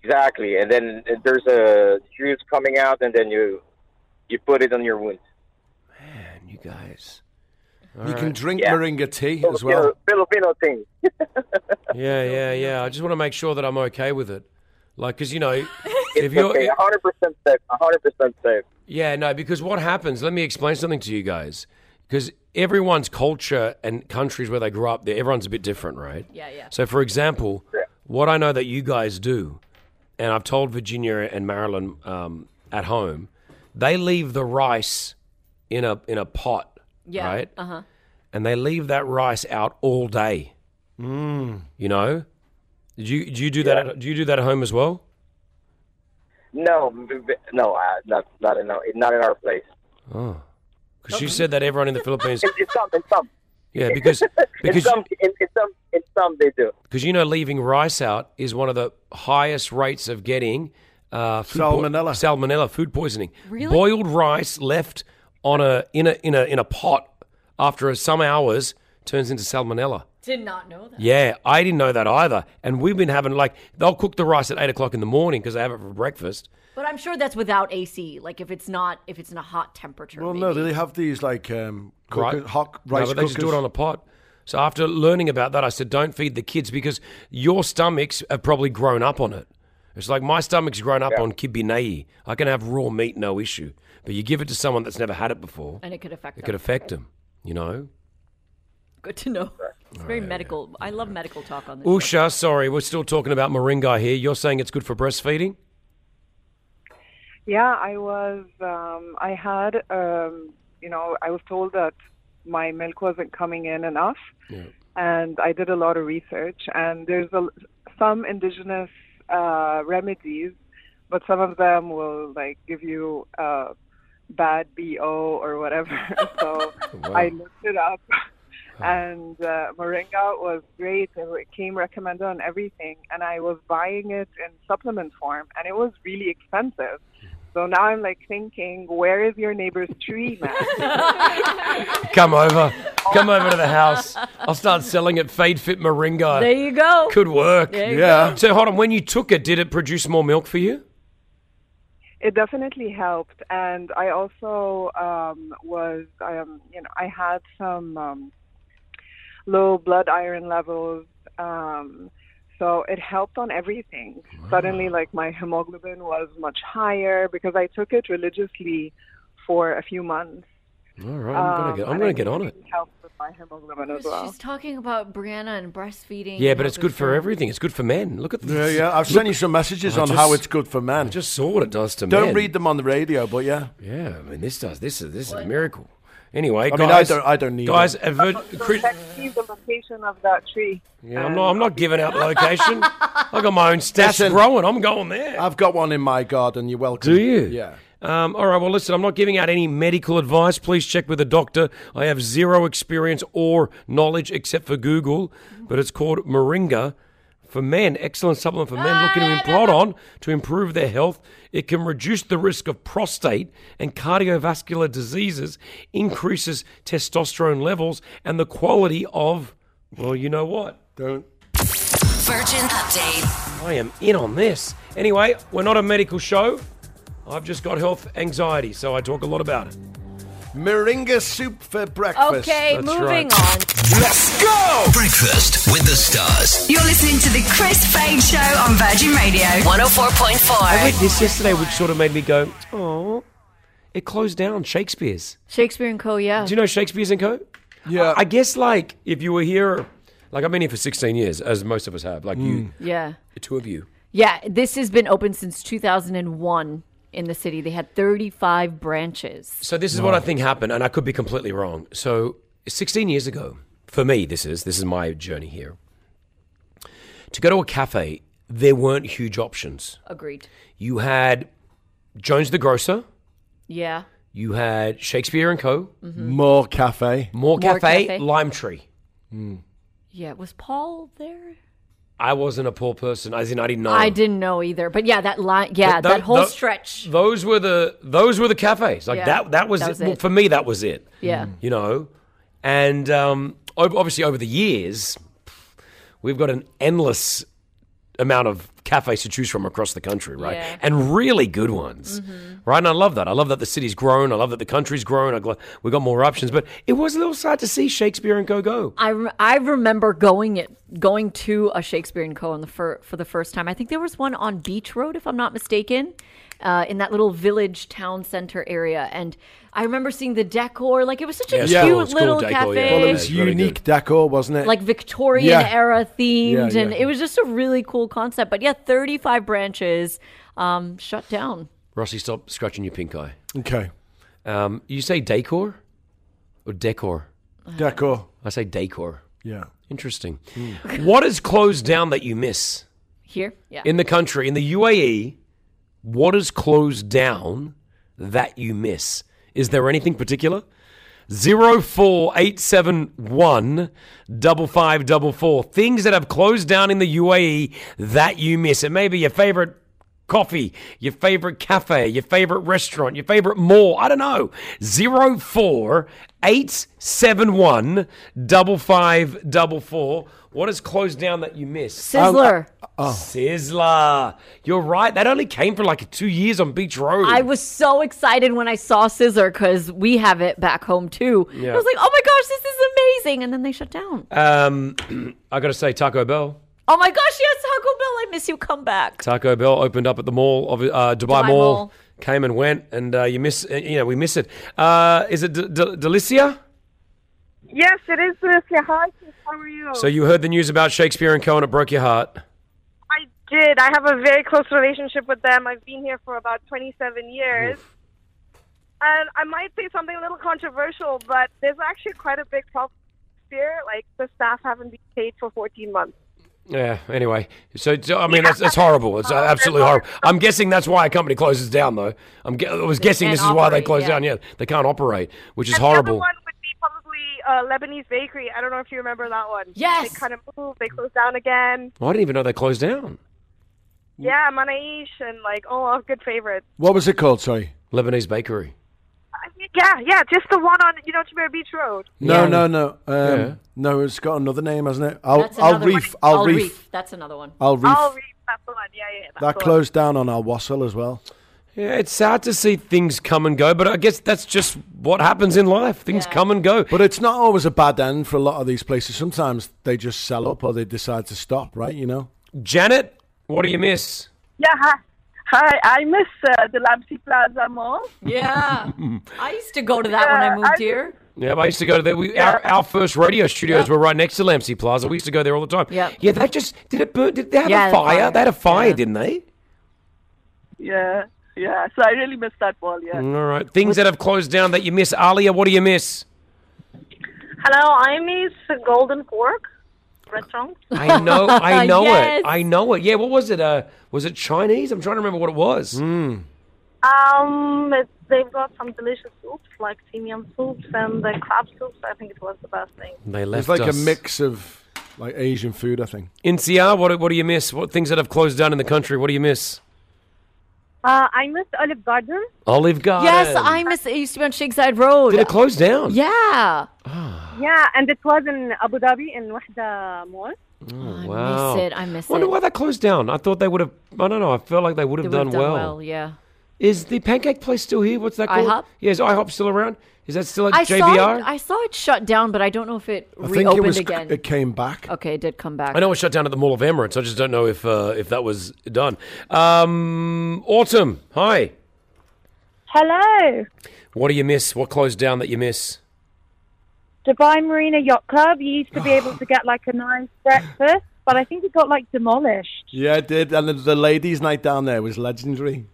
L: Exactly. And then there's a juice coming out and then you you put it on your wound.
E: Man,
L: <laughs>
E: you guys.
F: you can
E: Alright.
F: drink
E: Yeah.
F: moringa tea as
L: Filipino,
F: well.
L: Filipino thing.
E: Yeah, yeah, yeah. I just want to make sure that I'm okay with it, like because you know, if
L: <laughs> It's
E: you're
L: okay. 100% safe. 100% safe.
E: Yeah, no, because what happens, let me explain something to you guys. Because everyone's culture and countries where they grow up, there everyone's a bit different, right?
A: Yeah, yeah.
E: So, for example, what I know that you guys do, and I've told Virginia and Marilyn um, at home, they leave the rice in a in a pot, right?
A: Uh huh.
E: And they leave that rice out all day.
A: Mm.
E: You know, do you do you do that? At, do you do that at home as well?
L: No, b- b- no, uh, not not in our, not in our place.
E: Oh, because you said that everyone in the
A: <laughs>
E: Philippines,
L: In, in some, in some,
E: yeah, because
L: in
E: because
L: some, in, in some, in some they do.
E: Because you know, leaving rice out is one of the highest rates of getting uh, food
F: Salmonella.
E: salmonella, food poisoning.
F: Really?
E: Boiled rice left on a in a in a in a pot after some hours turns into salmonella.
G: Did not know that.
E: Yeah, I didn't know that either. And we've been having like they'll cook the rice at eight o'clock in the morning because they have it for breakfast.
G: But I'm sure that's without AC. Like if it's not if it's in a hot temperature.
F: Well, no, they have these like um, cooker,
E: Right.
F: hot
E: No,
F: rice
E: but they
F: cookers.
E: just do it on a pot. So after learning about that, I said, don't feed the kids because your stomachs have probably grown up on it. It's like my stomach's grown up on kibinei. I can have raw meat, no issue. But you give it to someone that's never had it before,
G: And it could affect
E: it
G: them.
E: could affect them. You know,
G: Good to know. It's very medical. I love medical talk on this.
E: Usha. Sorry, we're still talking about moringa here. You're saying it's good for breastfeeding.
P: Yeah, I was. Um, I had. Um, you know, I was told that my milk wasn't coming in enough, and I did a lot of research. And there's a, some indigenous uh, remedies, but some of them will like give you uh, bad bo or whatever. <laughs> so
Q: Wow.
P: I looked it up. And uh, moringa was great. and It came recommended on everything, and I was buying it in supplement form, and it was really expensive. So now I'm like thinking, where is your neighbor's tree, man?
E: Come over, come over to the house. I'll start selling it. Fade fit moringa.
P: There you go.
E: <laughs> Could work.
P: There you Yeah. go.
E: So hold on. When you took it, did it produce more milk for you?
P: it definitely helped, and I also um, was, um, you know, I had some um, low blood iron levels, um, so it helped on everything. Suddenly, like my hemoglobin was much higher because I took it religiously for a few months. Um,
E: All right, I'm gonna get, I'm
P: and
E: gonna
P: it
E: get on it.
P: really Helped with my hemoglobin as well.
G: She's talking about Brianna and breastfeeding.
E: Yeah,
G: and
E: but
G: how
E: it's good for everything. It's good for men. Look at
F: Yeah,
E: this.
F: yeah.
E: Look-
F: I've sent you some messages
E: I
F: on
E: just-
F: how it's good for men.
E: just saw what it does to
F: Don't
E: men.
F: read them on the radio, but yeah.
E: Yeah, I mean, this does. This is this is a miracle. Anyway,
F: I
E: guys,
F: mean, I don't- I don't need
E: guys.
F: it.
E: Avert,
P: <laughs>
E: Chris,
P: Let's see the location of that tree.
E: yeah, I'm not. I'm not giving out the
P: <laughs>
E: location. I got my own stash
F: Listen,
E: growing. I'm going there.
F: I've got one in my garden. You're welcome.
E: Do you?
F: Yeah.
E: Um, all right. Well, listen. I'm not giving out any medical advice. Please check with a doctor. I have zero experience or knowledge except for Google. But it's called Moringa for men. Excellent supplement for men looking to implant on to improve their health. It can reduce the risk of prostate and cardiovascular diseases, increases testosterone levels, and the quality of well, you know what? Don't
D: Virgin Update.
E: I am in on this. Anyway, we're not a medical show. I've just got health anxiety, so I talk a lot about it.
F: Moringa soup for breakfast.
D: Okay, That's moving
G: on.
F: Let's go!
B: Breakfast with the stars.
J: You're listening to the Chris Fade Show on Virgin Radio 104.4.
E: I read this yesterday, which sort of made me go, oh, it closed down Shakespeare's.
G: Shakespeare and Co. Yeah.
E: Do you know Shakespeare's and Co? Yeah. I guess, like, if you were here, like, I've been here for 16 years, as most of us have, like you,
F: Mm.
G: Yeah.
E: the two of you.
G: Yeah. This has been open since 2001 in the city. They had 35 branches.
E: So this is what I think happened, and I could be completely wrong. So 16 years ago, for me, this is this is my journey here. To go to a cafe, there weren't huge options.
G: Agreed.
E: You had Jones the Grocer.
G: Yeah.
E: You had Shakespeare and Co.
F: Mm-hmm. More cafe. Mm.
E: More
G: More
E: cafe,
G: cafe.
E: Lime Tree.
G: Yeah. Was Paul there?
E: I wasn't a poor person. As in, I didn't know.
G: I didn't know either. But yeah, that line. Yeah,
E: Th-
G: that whole
E: tho-
G: stretch.
E: Those were the those were the cafes. Like
G: Yeah,
E: that that was,
G: that was
E: it. Well,
G: it.
E: for me that was it.
G: Yeah. Mm.
E: You know, and um, ob- obviously over the years, we've got an endless amount of cafes to choose from across the country, right?
W: Yeah.
E: And really good ones,
G: Mm-hmm.
E: right? And I love that. I love that the city's grown. I love that the country's grown. I gl- we got more options, but it was a little sad to see Shakespeare and Go Go.
G: I, rem- I remember going it going to a Shakespeare and Co. On the fir- for the first time. I think there was one on Beach Road, if I'm not mistaken, uh, in that little village town center area. And I remember seeing the decor, like it was such a
F: Yeah.
G: cute little cafe,
F: Well, it was unique decor, wasn't it?
G: like Victorian
F: Yeah.
G: era themed,
F: Yeah,
G: and
F: yeah.
G: it was just a really cool concept. But yeah, 35 branches um, shut down.
E: Rossi, stop scratching your pink eye.
F: Okay.
E: Um, you say decor or decor?
F: Decor.
E: I say decor.
F: Yeah. Hmm.
E: Interesting. what is closed down that you miss
G: Here, yeah,
E: in the country, in the UAE? What is closed down that you miss? Is there anything particular? Zero four eight seven one double five E double four. Things that have closed down in the UAE that you miss. It may be your favorite coffee, your favorite cafe, your favorite restaurant, your favorite mall. I don't know. Zero four eight seven one double five double four. What is closed down that you missed?
G: Sizzler.
E: Sizzler. You're right. That only came for like two years on Beach Road.
G: I was so excited when I saw Scissor because we have it back home too.
E: Yeah.
G: I was like, oh my gosh, this is amazing. And then they shut down.
E: Um, <clears throat> I got to say, Taco Bell.
G: Oh my gosh, yes, Taco Bell, I miss you. Come back.
E: Taco Bell opened up at the mall of uh, Dubai,
G: Dubai
E: Mall,
G: Mall.
E: Came and went, and uh, you miss. uh, You know, we miss it. Uh, is it D- D- Delicia?
R: Oh. Yes, it is Lucia. Hi, Keith, how are you?
E: So you heard the news about Shakespeare and Co. and it broke your heart.
R: I did. I have a very close relationship with them. I've been here for about 27 years. And I might say something a little controversial, but there's actually quite a big problem here. Like, the staff haven't been paid for 14 months.
E: Yeah. Anyway, so, so, I mean, that's, that's horrible.
R: <laughs> Oh,
E: It's uh, absolutely horrible. I'm guessing that's why a company closes down, though. I'm gu- I was
R: They
E: guessing
R: can't
E: this is why they
R: operate,
E: closed
R: yeah.
E: down. Yeah, they can't operate, which is
R: And the other
E: horrible.
R: one would be probably uh, Lebanese Bakery. I don't know if you remember that one. Yes. They kind of moved, they closed down again.
E: Well, I didn't even know they closed down. Mm.
R: Yeah, Manaish and like, oh, good favorites.
E: What was it called? Sorry, Lebanese bakery.
R: Yeah, yeah, just the one on, you know, Jumeirah Beach Road.
F: No,
E: Yeah.
F: no, no. Um,
E: Yeah.
F: No, it's got another name, hasn't it? Al,
G: That's
F: Al
G: another one.
F: Reef. Al
G: Al
F: Reef.
G: Reef, that's another one.
F: Al Reef.
R: Al Reef, that's the one. Yeah, yeah, yeah. that's
F: that
R: the one.
F: closed down on our Wassel as well.
E: Yeah, it's sad to see things come and go, but I guess that's just what happens in life. Things <laughs> come and go.
F: But it's not always a bad end for a lot of these places. Sometimes they just sell up or they decide to stop, right? You know?
E: Janet, what do you miss?
N: Yeah, hi. Hi, I miss uh, the Lamsi Plaza Mall.
V: <laughs>
G: Yeah. I used to go to that when I moved here.
E: Yeah, I used to go to there. We, our, our first radio studios were right next to Lamsey Plaza. We used to go there all the time.
G: Yeah.
E: Yeah, that just did it burn? Did they have
N: Yeah,
E: a
N: the
E: fire?
N: fire.
E: They had a fire, didn't they?
N: Yeah, yeah. So I really miss that mall, yeah.
E: All right. Things that have closed down that you miss. Alia, what do you miss?
N: Hello, I miss Golden Fork restaurant.
E: I <laughs> know,
G: <laughs>
E: I know it. I know it. Yeah, what was it? Uh, was it Chinese? I'm trying to remember what it was. Mm.
N: Um, it's, they've got some delicious soups like tom yum soups and the crab soups. I think it was the best thing.
E: They
F: It's
E: left
F: like
E: us.
F: a mix of like Asian food, I think.
E: NCR, what, do- what do you miss? What things that have closed down in the country? What do you miss?
N: Uh, I missed Olive Garden.
E: Olive Garden.
G: Yes, I miss it. used to be on Shakeside Road.
E: Did it close down? Ah.
G: Yeah.
N: Yeah, and it was in Abu Dhabi in Wahda Mall.
E: Oh, wow.
G: miss it. I miss
E: Wonder
G: it.
E: why that closed down. I thought they would have. I don't know. I felt like they would
G: They
E: have
G: would've
E: done, well.
G: Yeah.
E: Is the pancake place still here? What's that called?
G: IHOP?
E: Yeah, is IHOP still around? Is that still at
G: I
E: JBR?
G: saw it, I saw it shut down, but I don't know if it
F: I think
G: reopened
F: it was.
G: again.
F: It came back.
G: okay, it did come back.
E: I know it shut down at the Mall of Emirates. I just don't know if uh, if that was done. Um, Autumn, hi.
Q: Hello,
E: What do you miss? What closed down that you miss?
Q: Dubai Marina Yacht Club. You used to be able to get like a nice breakfast, but I think it got like demolished.
F: Yeah, it did. And the, the ladies' night down there was legendary.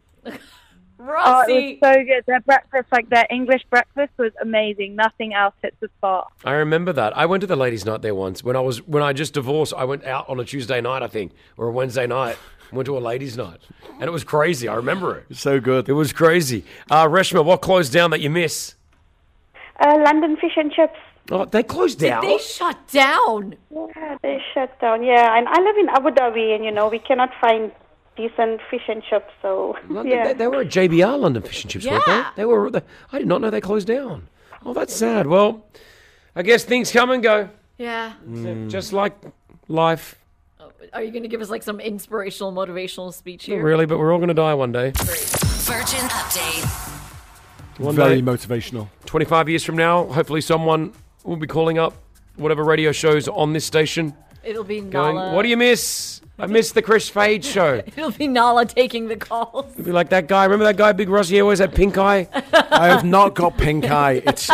Q: Oh, it was so good. Their breakfast, like their English breakfast, was amazing. Nothing else hits the spot.
E: I remember that. I went to the ladies' night there once when I was when I just divorced. I went out on a Tuesday night, I think, or a Wednesday night. Went to a ladies' night, and it was crazy. I remember it.
F: So good.
E: It was crazy. Uh, Reshma, what closed down that you miss?
W: Uh, London Fish and Chips.
E: Oh, they closed down.
G: shut down?
W: Yeah, they shut down. Yeah, and I live in Abu Dhabi, and you know we cannot find decent fish and chips. So yeah,
E: They, they were at JBR London Fish and Chips, weren't they?
W: Yeah.
E: They were. They, I did not know they closed down. Oh, that's sad. Well, I guess things come and go,
G: Yeah.
E: just like life,
G: Are you going to give us like some inspirational, motivational speech here?
E: really. But we're all going to die one day.
D: Virgin Update.
E: One day.
F: Very motivational.
E: 25 years from now, hopefully someone will be calling up whatever radio shows on this station,
G: It'll be
E: going,
G: Nala.
E: "What do you miss? I miss the Chris Fade
G: <laughs>
E: show."
G: It'll be Nala taking the calls.
E: It'll be like that guy. Remember that guy, Big Ross? He always had pink
G: <laughs>
E: eye.
F: I have not got pink eye. It's.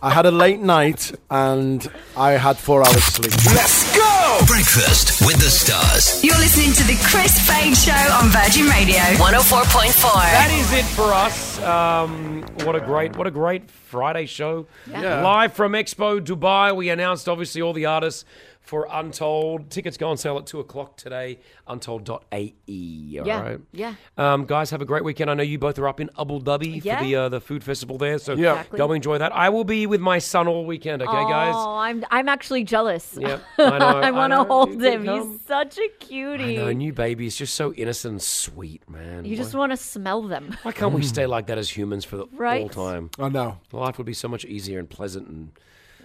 F: I had a late night and I had four hours sleep.
B: Let's go! Breakfast with the stars.
J: You're listening to the Chris Fade Show on Virgin Radio
E: That
J: 104.4.
E: is it for us. Um, what a great, what a great Friday show!
J: Yeah. Yeah.
E: Live from Expo Dubai, we announced obviously all the artists for Untold. Tickets go on sale at 2 o'clock today, untold.ae. E, All
G: yeah,
E: right?
G: yeah.
E: Um, guys, have a great weekend. I know you both are up in Abu Dhabi
G: Yeah.
E: for the uh, the food festival there, so
G: Yeah. Exactly.
E: go enjoy that. I will be with my son all weekend, okay, guys?
G: Oh, I'm I'm actually jealous. <laughs>
E: Yep, I know, I
G: want to
E: know.
G: hold
E: You
G: him.
E: come.
G: He's such a
E: I
G: cutie.
E: know, new baby is just so innocent and sweet, man.
G: you just
E: Why-
G: want to smell them.
E: why can't we stay like that as humans for the
G: Right.
E: all time?
F: I know.
E: Life would be so much easier and pleasant and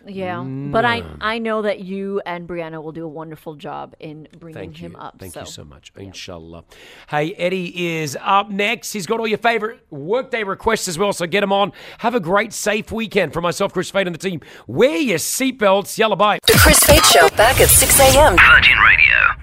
G: Yeah, but I
E: Mm.
G: I know that you and Brianna will do a wonderful job in bringing
E: Thank
G: him
E: you.
G: up.
E: Thank
G: so.
E: you so much. Inshallah. Hey, Eddie is up next. He's got all your favorite workday requests as well, so get them on. Have a great, safe weekend for myself, Chris Fade, and the team. Wear your seatbelts. Yalla bye.
D: The Chris Fade Show back at 6 a.m. Virgin Radio.